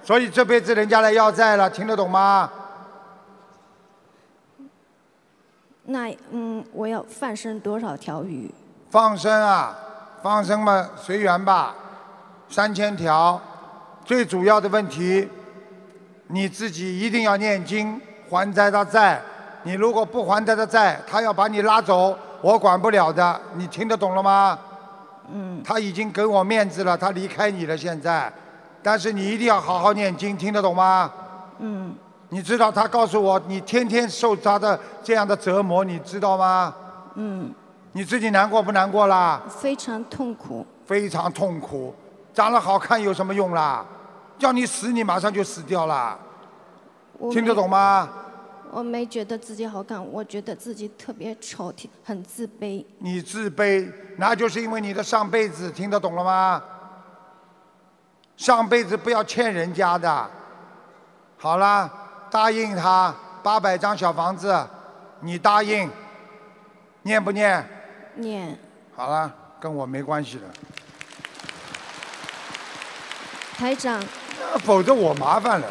C: 所以这辈子人家来要债了，听得懂吗？
L: 那嗯，我要放生多少条鱼？
C: 放生啊，放生嘛，随缘吧，三千条。最主要的问题，你自己一定要念经还债他债。你如果不还他的债，他要把你拉走，我管不了的。你听得懂了吗？嗯。他已经给我面子了，他离开你了现在，但是你一定要好好念经，听得懂吗？
L: 嗯，
C: 你知道他告诉我，你天天受他的这样的折磨，你知道吗？
L: 嗯，
C: 你自己难过不难过啦？
L: 非常痛苦。
C: 非常痛苦，长得好看有什么用啦？叫你死，你马上就死掉啦。
L: 我
C: 听得
L: 没
C: 懂？吗？
L: 我没觉得自己好看，我觉得自己特别丑，挺很自卑。
C: 你自卑，那就是因为你的上辈子，听得懂了吗？上辈子不要欠人家的。好啦，答应他八百张小房子，你答应，念不念？
L: 念
C: 好了，跟我没关系了，
L: 台长，
C: 否则我麻烦了。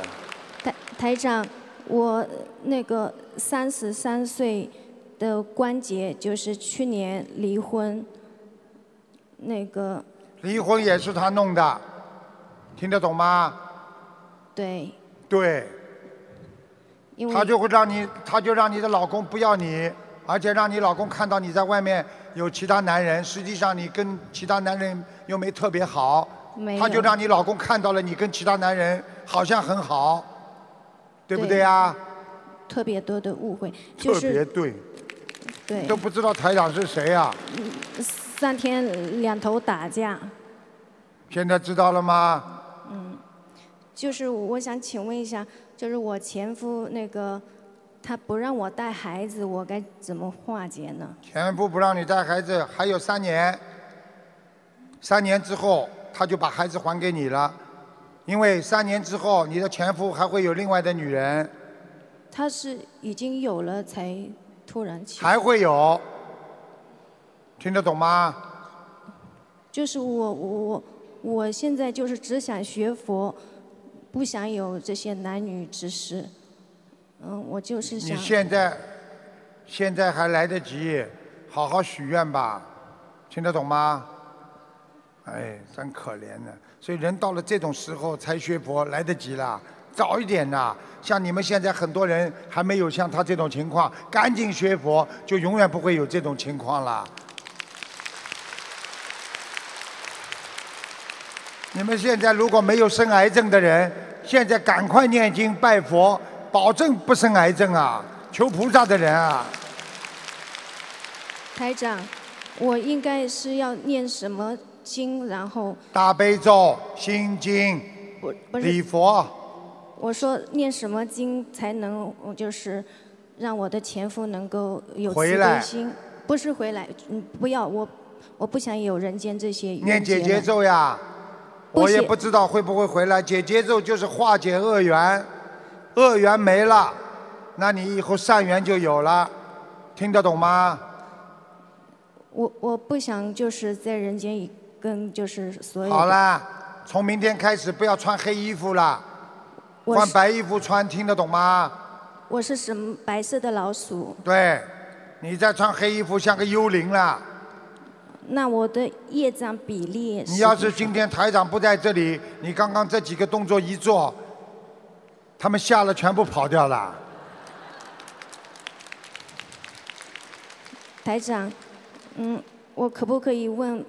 L: 台台长，我那个三十三岁的关节就是去年离婚，那个
C: 离婚也是他弄的，听得懂吗？
L: 对，
C: 对，
L: 因为
C: 他就会让你，他就让你的老公不要你，而且让你老公看到你在外面有其他男人，实际上你跟其他男人又没特别好，
L: 没
C: 他就
L: 有
C: 让你老公看到了你跟其他男人好像很好，对不对啊？
L: 特别多的误会，就
C: 特别
L: 是
C: 对，
L: 对
C: 都不知道台长是谁啊？
L: 三天两头打架。
C: 现在知道了吗？
L: 嗯，就是我想请问一下，就是我前夫那个，他不让我带孩子，我该怎么化解呢？
C: 前夫不让你带孩子，还有三年，三年之后他就把孩子还给你了，因为三年之后你的前夫还会有另外的女人，
L: 他是已经有了才突然起，
C: 还会有，听得懂吗？
L: 就是我我我我现在就是只想学佛，不想有这些男女之事。嗯，我就是
C: 你
L: 想
C: 现在现在还来得及，好好许愿吧，听得懂吗？哎，真可怜的，所以人到了这种时候才学佛，来得及啦，早一点呐。像你们现在很多人还没有像他这种情况，赶紧学佛，就永远不会有这种情况啦。你们现在如果没有生癌症的人，现在赶快念经拜佛，保证不生癌症啊！求菩萨的人啊，
L: 台长，我应该是要念什么经？然后
C: 大悲咒、心经、
L: 不是
C: 礼佛，
L: 我说念什么经才能，我就是让我的前夫能够有
C: 回
L: 慈
C: 来
L: 悲心？不是回来，嗯，不要我，我不想有人间这些冤
C: 念解
L: 结
C: 结
L: 了
C: 咒呀。
L: 不
C: 我也
L: 写
C: 不知道会不会回来。解结咒就是化解恶缘，恶缘没了，那你以后善缘就有了。听得懂吗？
L: 我我不想就是在人间一跟就是所有的
C: 好啦，从明天开始不要穿黑衣服啦，
L: 我
C: 换
L: 是
C: 白衣服穿，听得懂吗？
L: 我是什么白色的老鼠？
C: 对，你再穿黑衣服像个幽灵了。
L: 那我的业障比例也
C: 你要
L: 是
C: 是今天台长不在这里，你刚刚这几个动作一做，他们吓了全部跑掉了。
L: 台长，嗯，我可不可以问，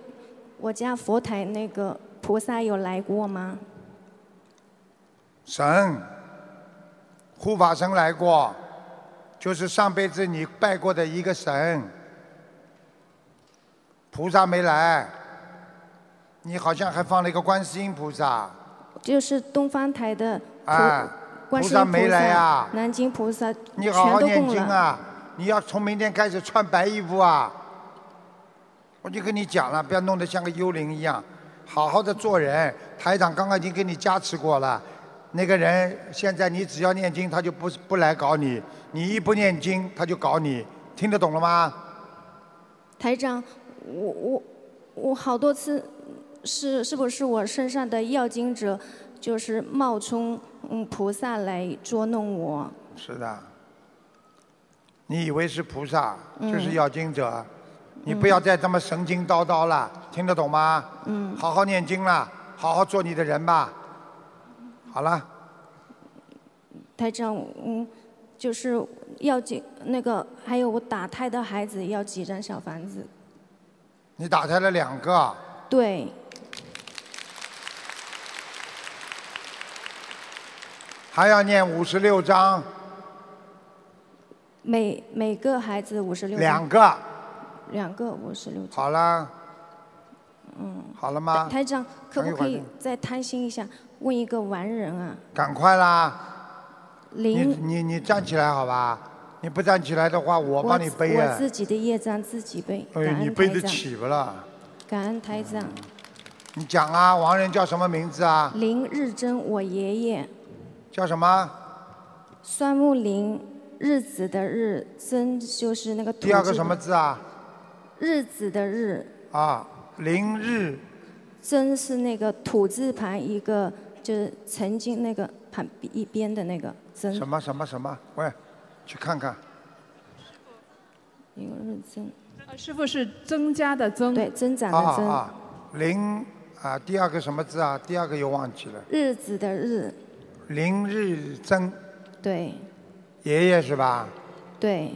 L: 我家佛台那个菩萨有来过吗？
C: 神，护法神来过，就是上辈子你拜过的一个神。菩萨没来，你好像还放了一个观世音菩萨，
L: 就是东方台的菩、
C: 哎
L: 观世
C: 菩萨
L: 音
C: 没来啊
L: 南京菩萨
C: 你好好
L: 全都
C: 念
L: 供
C: 经
L: 了。
C: 啊！你要从明天开始穿白衣服啊！我就跟你讲了，不要弄得像个幽灵一样，好好的做人。台长刚刚已经给你加持过了，那个人现在你只要念经，他就不不来搞你；你一不念经，他就搞你。听得懂了吗？
L: 台长，我我我好多次是是不是我身上的要经者就是冒充嗯菩萨来捉弄我？
C: 是的。你以为是菩萨，
L: 嗯
C: 就是要经者，你不要再这么神经叨叨了，听得懂吗？
L: 嗯，
C: 好好念经啦，好好做你的人吧。好了。
L: 台长，嗯，就是要几那个，还有我打胎的孩子要几张小房子？
C: 你打胎了两个，
L: 对，
C: 还要念五十六章，
L: 每每个孩子五十六。
C: 两。个，
L: 两个五十六。
C: 好了，
L: 嗯。
C: 好了吗？
L: 台长，可
C: 等一
L: 不
C: 会
L: 可
C: 儿
L: 以再贪心一下，问一个完人啊？
C: 赶快啦！你
L: 零，
C: 你你站起来好吧？你不站起来的话，我帮你
L: 自
C: 背
L: 我
C: 啊。
L: 自己的业障自己背。
C: 哎
L: 感
C: 呦，
L: 恩
C: 你背
L: 台
C: 得
L: 长
C: 起不啦？
L: 感恩台长，
C: 你讲啊，王人叫什么名字啊？
L: 林日珍，我爷爷，
C: 叫什么？
L: 酸木林，日子的日，珍就是那个土
C: 第二个
L: 字
C: 什么
L: 旁
C: 字啊？
L: 日子的日，
C: 啊，林日
L: 真是那个土字旁一个，就是曾经那个旁一边的那个真。
C: 什么什么什么？喂，去看看。
L: 一个日增。
M: 师傅是增加的增。
L: 对，增长
C: 啊
L: 的增。
C: 啊，林啊，第二个什么字啊？第二个又忘记了。
L: 日子的日，
C: 林日珍，
L: 对
C: 爷爷是吧？
L: 对，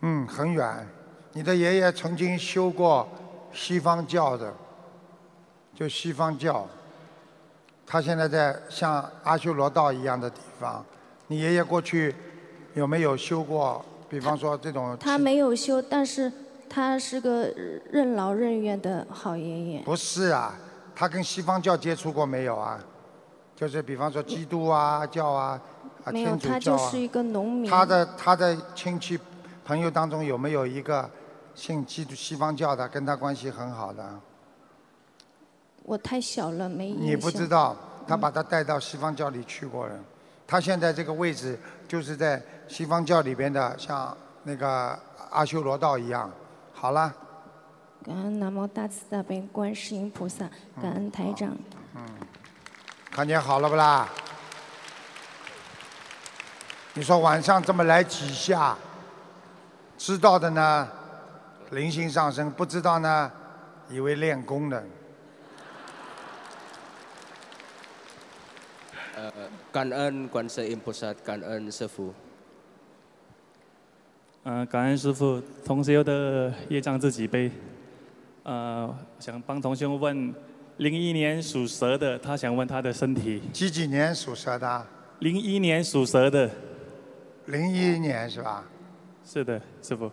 C: 嗯，很远。你的爷爷曾经修过西方教的，就西方教。他现在在像阿修罗道一样的地方。你爷爷过去有没有修过？比方说这种
L: 他没有修，但是他是个任劳任怨的好爷爷。
C: 不是啊，他跟西方教接触过没有啊？就是比方说基督啊、教啊、啊
L: 没有，
C: 天主
L: 他
C: 教
L: 就
C: 啊
L: 是。一个农民。
C: 他的他的亲戚朋友当中有没有一个信基督西方教的，跟他关系很好的，
L: 我太小了，没印象。
C: 你不知道，他把他带到西方教里去过了。他现在这个位置就是在西方教里边的，像那个阿修罗道一样。好了，
L: 感恩南无大慈大悲观世音菩萨，感恩台长。
C: 看见好了不啦？你说晚上这么来几下，知道的呢，灵性上升；不知道呢，以为练功的。
N: 呃，感恩观世音菩萨，感恩师父。
O: 嗯，感恩师傅，同修的业障自己背。呃，想帮同修问，零一年属蛇的，他想问他的身体。
C: 几几年属蛇的？
O: 零一年属蛇的。
C: 零一年是吧？
O: 是的，师傅。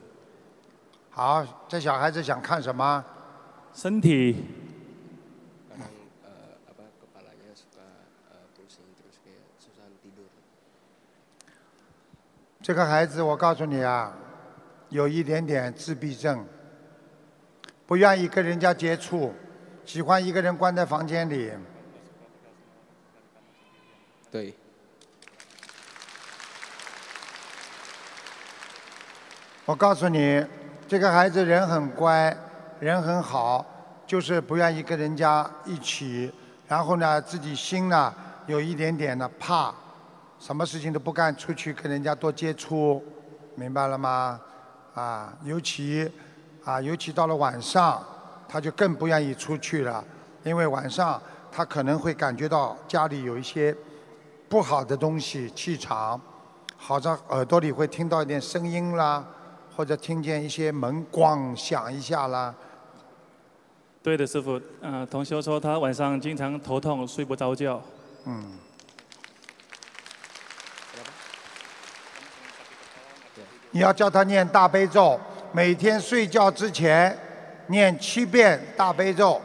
C: 好，这小孩子想看什么？
O: 身体。
C: 这个孩子，我告诉你啊，有一点点自闭症，不愿意跟人家接触，喜欢一个人关在房间里。
N: 对，
C: 我告诉你，这个孩子人很乖，人很好，就是不愿意跟人家一起。然后呢，自己心呢有一点点的怕，什么事情都不干，出去跟人家多接触，明白了吗？啊，尤其啊，尤其到了晚上，他就更不愿意出去了，因为晚上他可能会感觉到家里有一些不好的东西气场，好像耳朵里会听到一点声音啦，或者听见一些门咣响一下啦。
O: 对的，师傅。呃，同修说他晚上经常头痛，睡不着觉。
C: 嗯。你要叫他念大悲咒，每天睡觉之前念七遍大悲咒，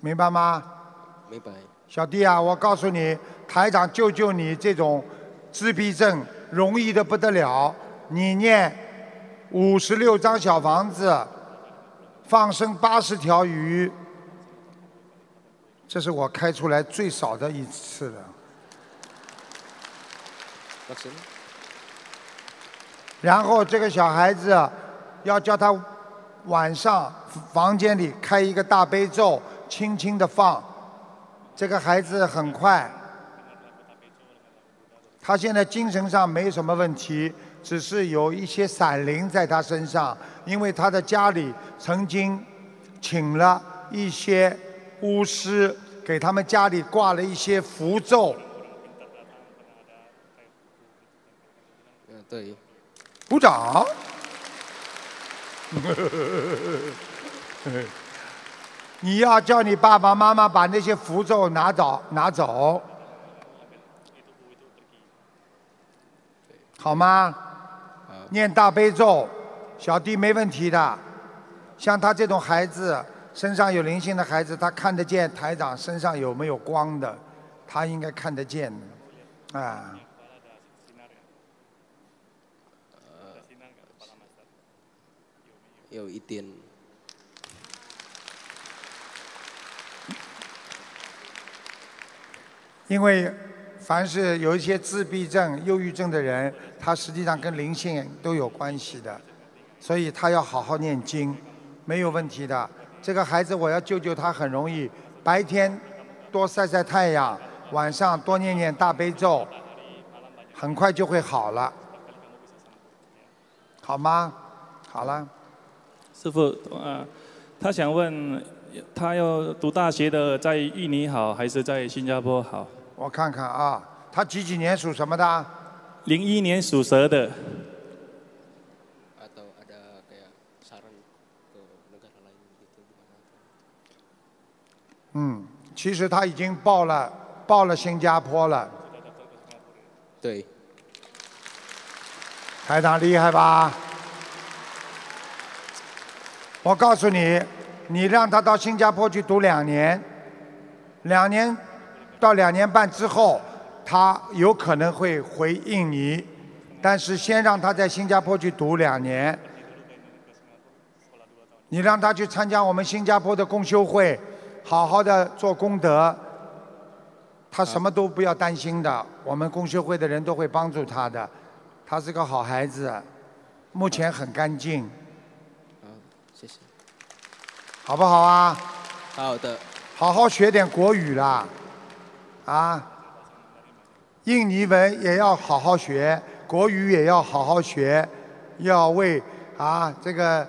C: 明白吗？
N: 明白。
C: 小弟啊，我告诉你，台长救救你！这种自闭症容易的不得了，你念五十六张小房子，放生八十条鱼，这是我开出来最少的一次了。
N: 那行，
C: 然后这个小孩子啊要叫他晚上房间里开一个大悲咒，轻轻的放。这个孩子很快，他现在精神上没什么问题，只是有一些闪灵在他身上，因为他的家里曾经请了一些巫师，给他们家里挂了一些符咒。
N: 嗯，对。
C: 鼓掌。 [laughs] 你要叫你爸爸妈妈把那些符咒拿走，拿走，好吗？念大悲咒，小弟没问题的。像他这种孩子，身上有灵性的孩子，他看得见台长身上有没有光的，他应该看得见的，啊。
N: 有一点，
C: 因为凡是有一些自闭症、忧郁症的人，他实际上跟灵性都有关系的，所以他要好好念经，没有问题的。这个孩子我要救救他很容易，白天多晒晒太阳，晚上多念念大悲咒，很快就会好了，好吗？好了，
O: 师傅，呃，他想问，他要读大学的，在印尼好还是在新加坡好？
C: 我看看啊，他几几年属什么的？啊
O: 零一年属蛇的，
N: atau ada kayak saran ke negara lain gitu gimana?
C: 嗯，其实他已经报了，报了新加坡了。
N: 对，
C: 台长厉害吧？我告诉你，你让他到新加坡去读两年，两年到两年半之后，他有可能会回印尼，但是先让他在新加坡去读两年。你让他去参加我们新加坡的共修会，好好的做功德，他什么都不要担心的，我们共修会的人都会帮助他的，他是个好孩子，目前很干净，
N: 谢谢。
C: 好不好啊？
N: 好的，
C: 好好学点国语啦，啊，印尼文也要好好学，国语也要好好学，要为啊这个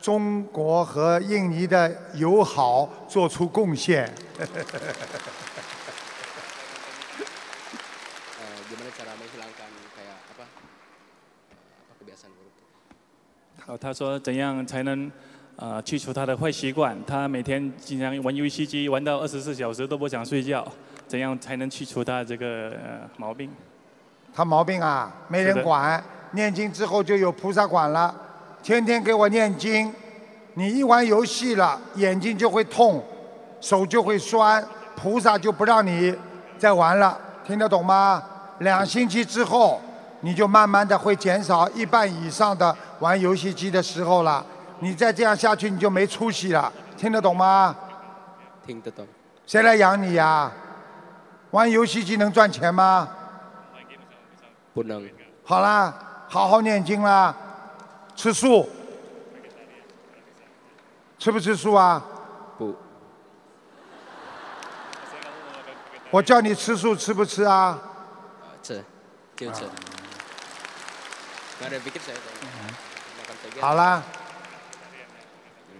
C: 中国和印尼的友好做出贡献。
N: Eh, gimana cara menghilangkan kayak apa, eh, apa kebiasaan buruk?
O: 好，哦他说怎样才能呃去除他的坏习惯？他每天经常玩游戏机，玩到二十四小时都不想睡觉，怎样才能去除他这个、呃、毛病？
C: 他毛病啊，没人管。念经之后就有菩萨管了，天天给我念经。你一玩游戏了，眼睛就会痛，手就会酸，菩萨就不让你再玩了，听得懂吗？两星期之后，你就慢慢的会减少一半以上的玩游戏机的时候了。你再这样下去，你就没出息了，听得懂吗？
N: 听得懂，
C: 谁来养你呀、玩游戏机能赚钱吗？
N: 不能
C: 好啦，好好念经啦，吃素，吃不吃素啊？
N: 不。
C: 我叫你吃素，吃不吃啊？
N: eh, ce, kecil ce.
O: 啊
N: Nggak ada yang pikir saya tuh. Makan saja.
C: 好啦，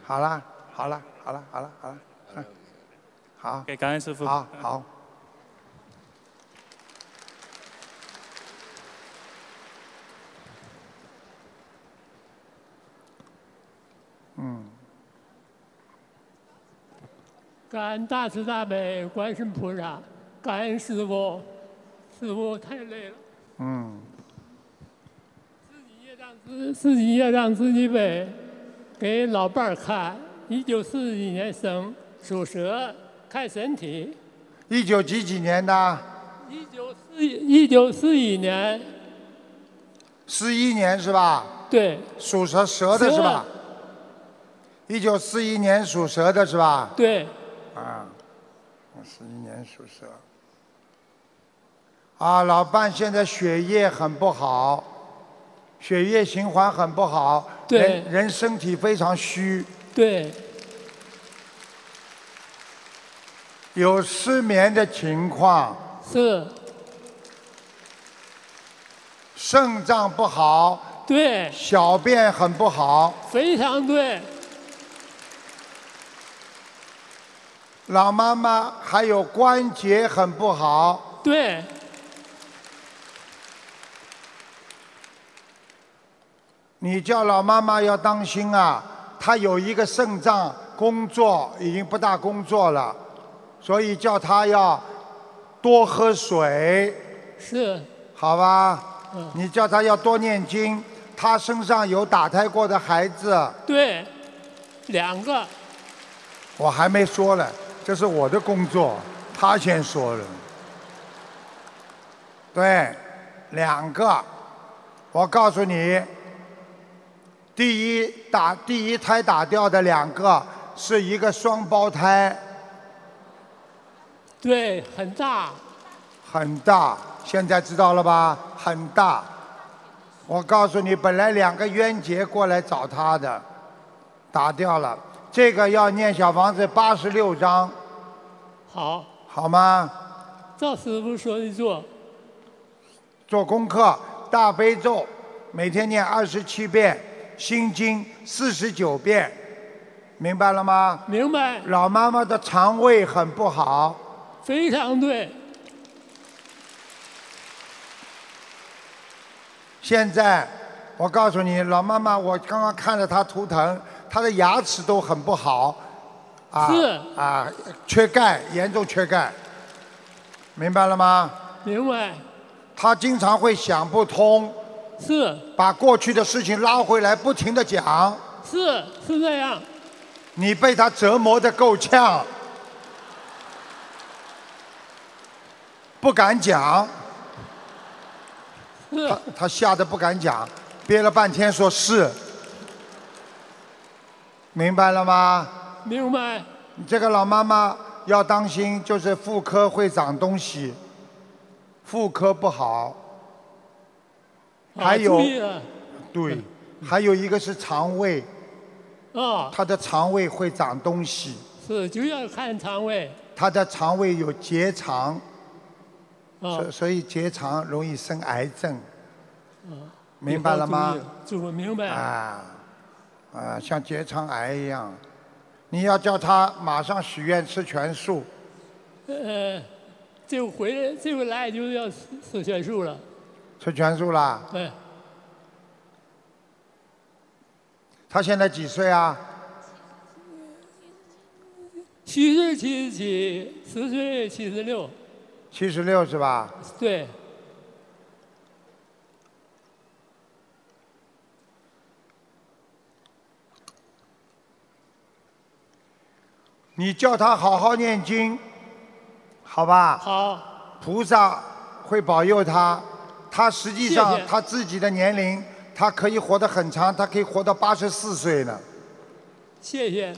C: 好啦，好啦，好啦，好啦，好啦，嗯好，
O: 给感恩师傅。
C: 好，好。嗯，
K: 感恩大慈大悲观世音菩萨，感恩师傅，师傅太累了，
C: 嗯，
K: 自自己业障自己背。给老伴儿看，一九四一年生，属蛇，看身体。
C: 一九几几年的？
K: 一九四一九四一年，
C: 四一年是吧？
K: 对。
C: 属蛇蛇的是吧
K: 蛇？
C: 一九四一年属蛇的是吧？
K: 对。
C: 啊，我四一年属蛇。啊，老伴现在血液很不好，血液循环很不好，
K: 对
C: 人人身体非常虚，
K: 对，
C: 有失眠的情况，
K: 是
C: 肾脏不好，
K: 对，
C: 小便很不好，
K: 非常对，
C: 老妈妈还有关节很不好，
K: 对，
C: 你叫老妈妈要当心啊，她有一个肾脏工作已经不大工作了，所以叫她要多喝水，
K: 是，
C: 好吧？你叫她要多念经，她身上有打胎过的孩子，
K: 对，两个，
C: 我还没说呢，这是我的工作，她先说了。对，两个，我告诉你，第一打第一胎打掉的两个是一个双胞胎，
K: 对，很大，
C: 很大，现在知道了吧？很大。我告诉你，本来两个冤结过来找他的，打掉了。这个要念小房子八十六章，
K: 好，
C: 好吗？
K: 赵师傅说的做，
C: 做功课，大悲咒每天念二十七遍，心经四十九遍，明白了吗？
K: 明白。
C: 老妈妈的肠胃很不好，
K: 非常对，
C: 现在我告诉你，老妈妈，我刚刚看了她图腾，她的牙齿都很不好，啊
K: 是
C: 啊，缺钙，严重缺钙，明白了吗？
K: 明白。
C: 她经常会想不通，
K: 是
C: 把过去的事情拉回来，不停的讲，
K: 是是这样，
C: 你被她折磨的够呛，不敢讲，他他吓得不敢讲，憋了半天说是，明白了吗？
K: 明白。
C: 你这个老妈妈要当心，就是妇科会长东西，妇科不好，
K: 啊
C: 还有
K: 注意了
C: 对，还有一个是肠胃，
K: 啊，
C: 她的肠胃会长东西，
K: 是就要看肠胃。
C: 她的肠胃有结肠，
K: 啊
C: 所所以结肠容易生癌症，
K: 啊
C: 明白了吗？
K: 就我明白。
C: 啊啊，像结肠癌一样，你要叫她马上许愿吃全素，
K: 呃，就回来就来就要吃吃全素了。
C: 吃全素啦。
K: 对，
C: 她现在几岁啊？
K: 虚岁七十七，实岁七十六。
C: 七十六是吧？
K: 对，
C: 你叫他好好念经，好吧？
K: 好。
C: 菩萨会保佑他。他实际上
K: 谢谢
C: 他自己的年龄，他可以活得很长，他可以活到八十四岁呢。
K: 谢谢。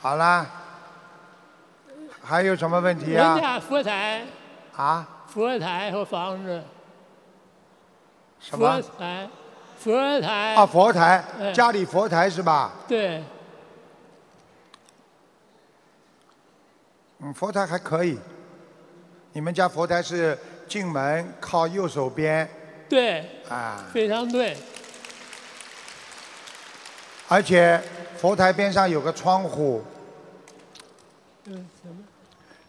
C: 好啦，还有什么问题
K: 我
C: 啊？
K: 家佛台、
C: 啊？
K: 佛台和房子。
C: 什么
K: 佛台，佛台。
C: 啊，佛台，
K: 哎
C: 家里佛台是吧？
K: 对，
C: 嗯，佛台还可以。你们家佛台是进门靠右手边
K: 对，
C: 啊，
K: 非常对。
C: 而且佛台边上有个窗户，
K: 嗯，什么？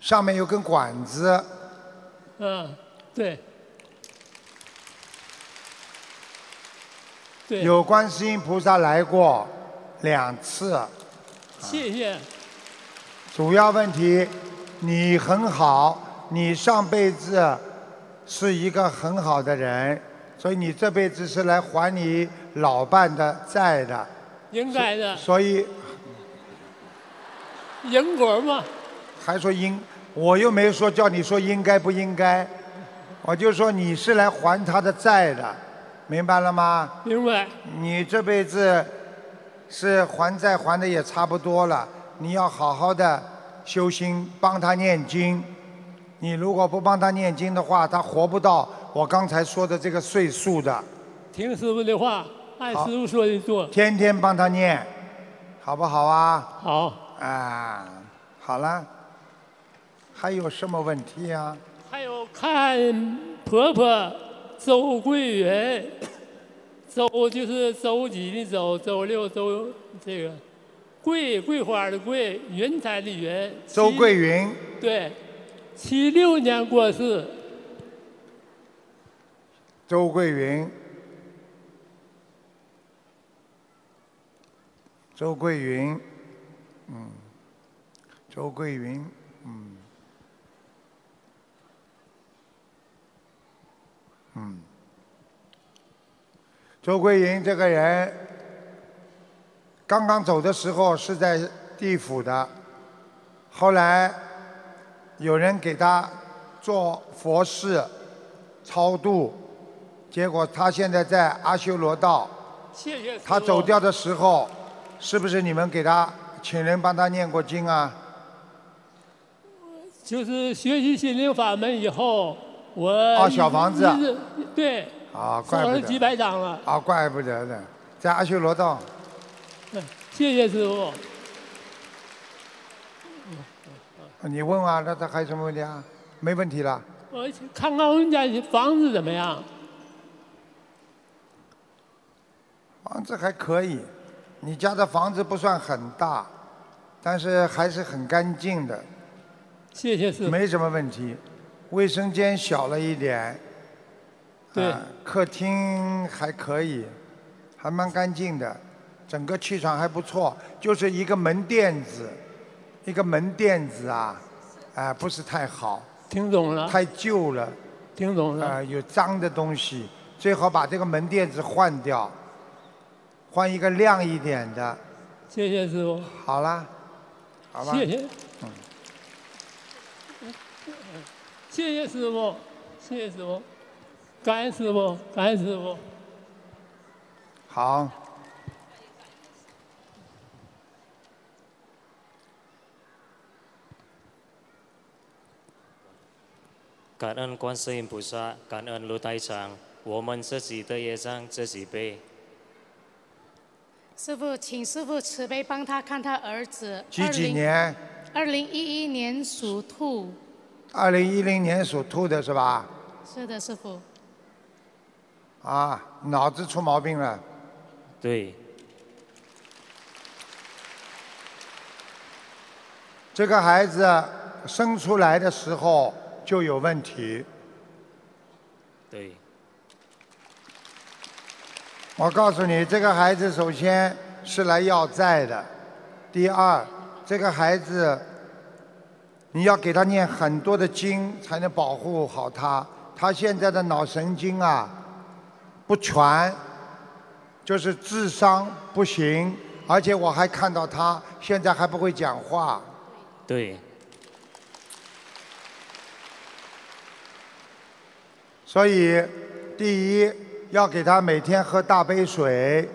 C: 上面有根管子。
K: 嗯，对。对。
C: 有观世音菩萨来过两次，
K: 谢谢。
C: 主要问题你很好，你上辈子是一个很好的人，所以你这辈子是来还你老伴的债的。
K: 应该的，
C: 所以
K: 因果嘛。
C: 还说应，我又没说叫你说应该不应该，我就说你是来还他的债的，明白了吗？
K: 明白。
C: 你这辈子是还债还的也差不多了，你要好好的修心，帮他念经。你如果不帮他念经的话，他活不到我刚才说的这个岁数的。
K: 听师傅的话，按
C: 好
K: 师傅说的做。
C: 天天帮他念，好不好啊？
K: 好。
C: 啊，好了，还有什么问题啊？
K: 还有看婆婆周桂云，周就是周几的周，周六周这个桂桂花的桂，云彩的云。
C: 周
K: 七
C: 桂云，
K: 对，七六年过世，
C: 周桂云，周桂云，嗯，周桂云，嗯，嗯，周桂云这个人刚刚走的时候是在地府的，后来有人给他做佛事超度，结果他现在在阿修罗道。
K: 谢谢师
C: 他
K: 傅
C: 走掉的时候，是不是你们给他请人帮他念过经啊？
K: 就是学习心灵法门以后，我
C: 哦小房子
K: 一直对，
C: 啊，怪
K: 烧
C: 不
K: 了几
C: 得，
K: 百张了。
C: 啊，怪不得呢，在阿修罗道。
K: 嗯谢谢师傅。
C: 你问啊，那他还有什么问题啊？没问题了。
K: 我看看我们家房子怎么样？
C: 房子还可以，你家的房子不算很大，但是还是很干净的。
K: 谢谢师傅。
C: 没什么问题，卫生间小了一点。
K: 对
C: 啊客厅还可以，还蛮干净的，整个气场还不错，就是一个门垫子，一个门垫子啊，啊、不是太好。
K: 听懂了。
C: 太旧了。
K: 听懂
C: 了。啊、有脏的东西，最好把这个门垫子换掉，换一个亮一点的。
K: 谢谢师傅。
C: 好啦，好吧。
K: 谢谢。谢谢师傅，谢谢师傅，感恩师傅，感恩师傅。
C: 好。
P: 感恩观世音菩萨，感恩卢台长，我们自己的业障自己背。
Q: 师傅，请师傅慈悲帮他看他儿子。
C: 几几年？
Q: 二零一一年属兔。
C: 二零一零年属兔的是吧？
Q: 是的，师傅。
C: 啊，脑子出毛病了。
P: 对，
C: 这个孩子生出来的时候就有问题。
P: 对，
C: 我告诉你，这个孩子首先是来要债的，第二，这个孩子你要给他念很多的经才能保护好他。他现在的脑神经啊不全，就是智商不行，而且我还看到他现在还不会讲话。
P: 对，
C: 所以，第一要给他每天喝大杯水，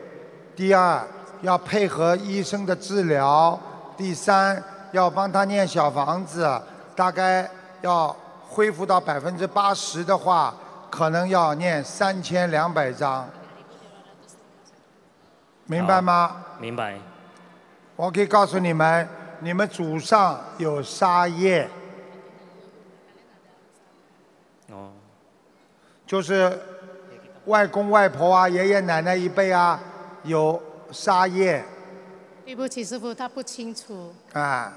C: 第二要配合医生的治疗，第三要帮他念小房子，大概要恢复到百分之八十的话，可能要念三千两百张，明白吗？
P: 明白。
C: 我可以告诉你们，你们祖上有杀业。
P: 哦，
C: 就是外公外婆啊、爷爷奶奶一辈啊，有杀业
Q: 对不起，师傅，他不清楚。
C: 啊，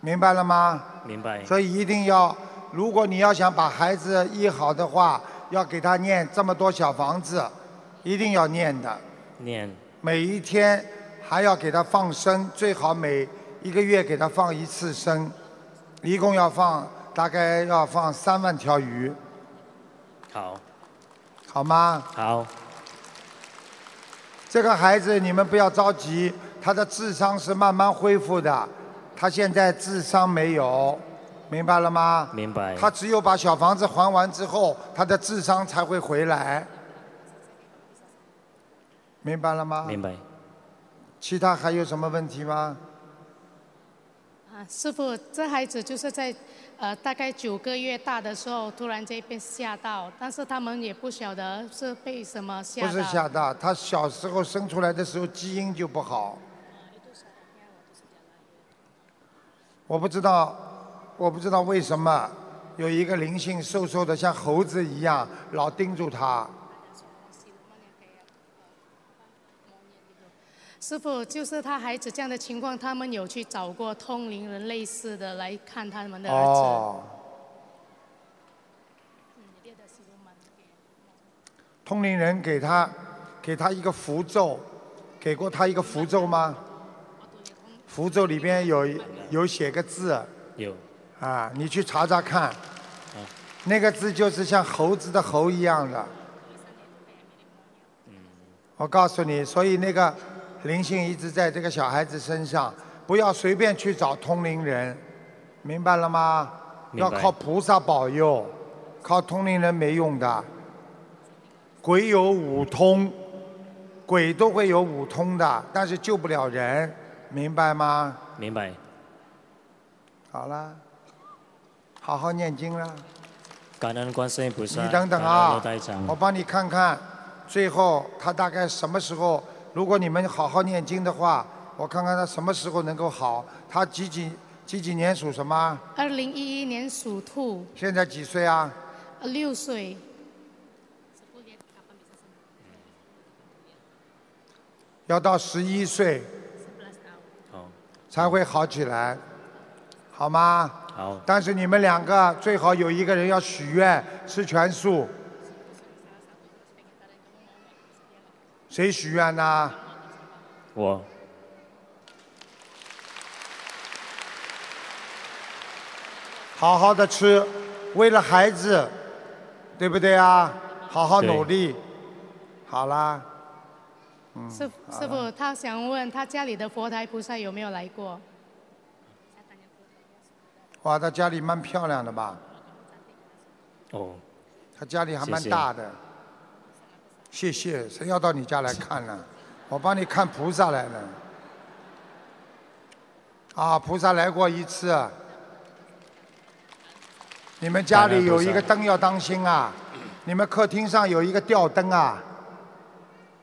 C: 明白了吗？
P: 明白。
C: 所以一定要，如果你要想把孩子医好的话，要给他念这么多小房子，一定要念的。
P: 念
C: 每一天还要给他放生，最好每一个月给他放一次生，一共要放大概要放三万条鱼，
P: 好，
C: 好吗？
P: 好，
C: 这个孩子你们不要着急，他的智商是慢慢恢复的，他现在智商没有，明白了吗？
P: 明白。
C: 他只有把小房子还完之后，他的智商才会回来，明白了吗？
P: 明白。
C: 其他还有什么问题吗？
Q: 啊，师傅，这孩子就是在呃大概九个月大的时候，突然间被吓到，但是他们也不晓得是被什么吓
C: 不
Q: 到。
C: 是吓大，他小时候生出来的时候基因就不好。我不知道，我不知道为什么有一个灵性瘦瘦的像猴子一样，老盯住他。
Q: 师傅，就是他孩子这样的情况，他们有去找过通灵人类似的来看他们的儿子。
C: 哦。通灵人给他给他一个符咒，给过他一个符咒吗？哦符咒里边有有写个字
P: 有
C: 啊，你去查查看。
P: 嗯
C: 那个字就是像猴子的猴一样的。
P: 嗯
C: 我告诉你，所以那个灵性一直在这个小孩子身上，不要随便去找通灵人，明白了吗？
P: 明
C: 要
P: 白
C: 靠菩萨保佑，靠通灵人没用的。鬼有五通，鬼都会有五通的，但是救不了人，明白吗？
P: 明白。
C: 好啦，好好念经啦。
P: 感恩观世音菩萨，
C: 你等等
P: 感恩
C: 啊
P: 卢台长，
C: 我帮你看看，最后他大概什么时候？如果你们好好念经的话，我看看他什么时候能够好。他几几几几年属什么？
Q: 二零一一年属兔，
C: 现在几岁啊？
Q: 呃六岁。
C: 要到十一岁
P: 好，
C: 才会好起来，好吗？
P: 好，
C: 但是你们两个最好有一个人要许愿吃全素。谁许愿呢、
P: 我
C: 好好的吃，为了孩子，对不对啊？好好
P: 对
C: 努力，好啦。嗯，
Q: 师师傅，他想问他家里的佛台菩萨有没有来过？
C: 哇，他家里蛮漂亮的吧？
P: 哦，
C: 他家里还蛮
P: 谢谢
C: 大的。谢谢，谁要到你家来看呢？我帮你看菩萨来了。啊，菩萨来过一次。你们家里有一个灯要当心啊！你们客厅上有一个吊灯啊，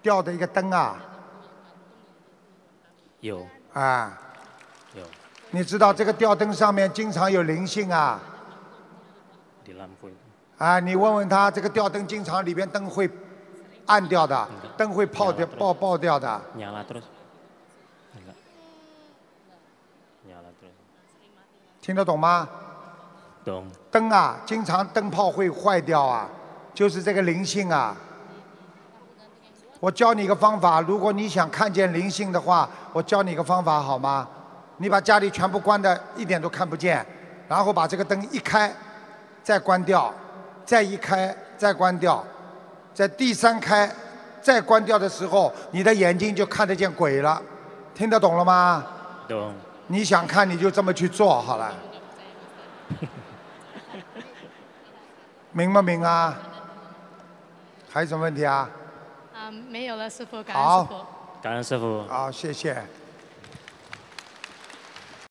C: 吊的一个灯啊
P: 有
C: 啊！
P: 有，
C: 你知道这个吊灯上面经常有灵性啊
P: 你浪费。
C: 啊！你问问他，这个吊灯经常里边灯会暗掉的，灯会泡掉、爆爆掉的。
P: Nyala terus. Enggak. Nyala terus.
C: 听得懂吗？
P: 懂。
C: 灯啊，经常灯泡会坏掉啊，就是这个灵性啊。我教你一个方法，如果你想看见灵性的话，我教你一个方法好吗？你把家里全部关的，一点都看不见，然后把这个灯一开，再关掉，再一开，再关掉，在第三开，再关掉的时候，你的眼睛就看得见鬼了，听得懂了吗？
P: 懂。
C: 你想看你就这么去做
P: [laughs]
C: 好了，明不明啊？还有什么问题啊？
Q: 啊，没有了，师傅，感恩师傅
C: 好。
P: 感恩师傅。
C: 好，谢谢。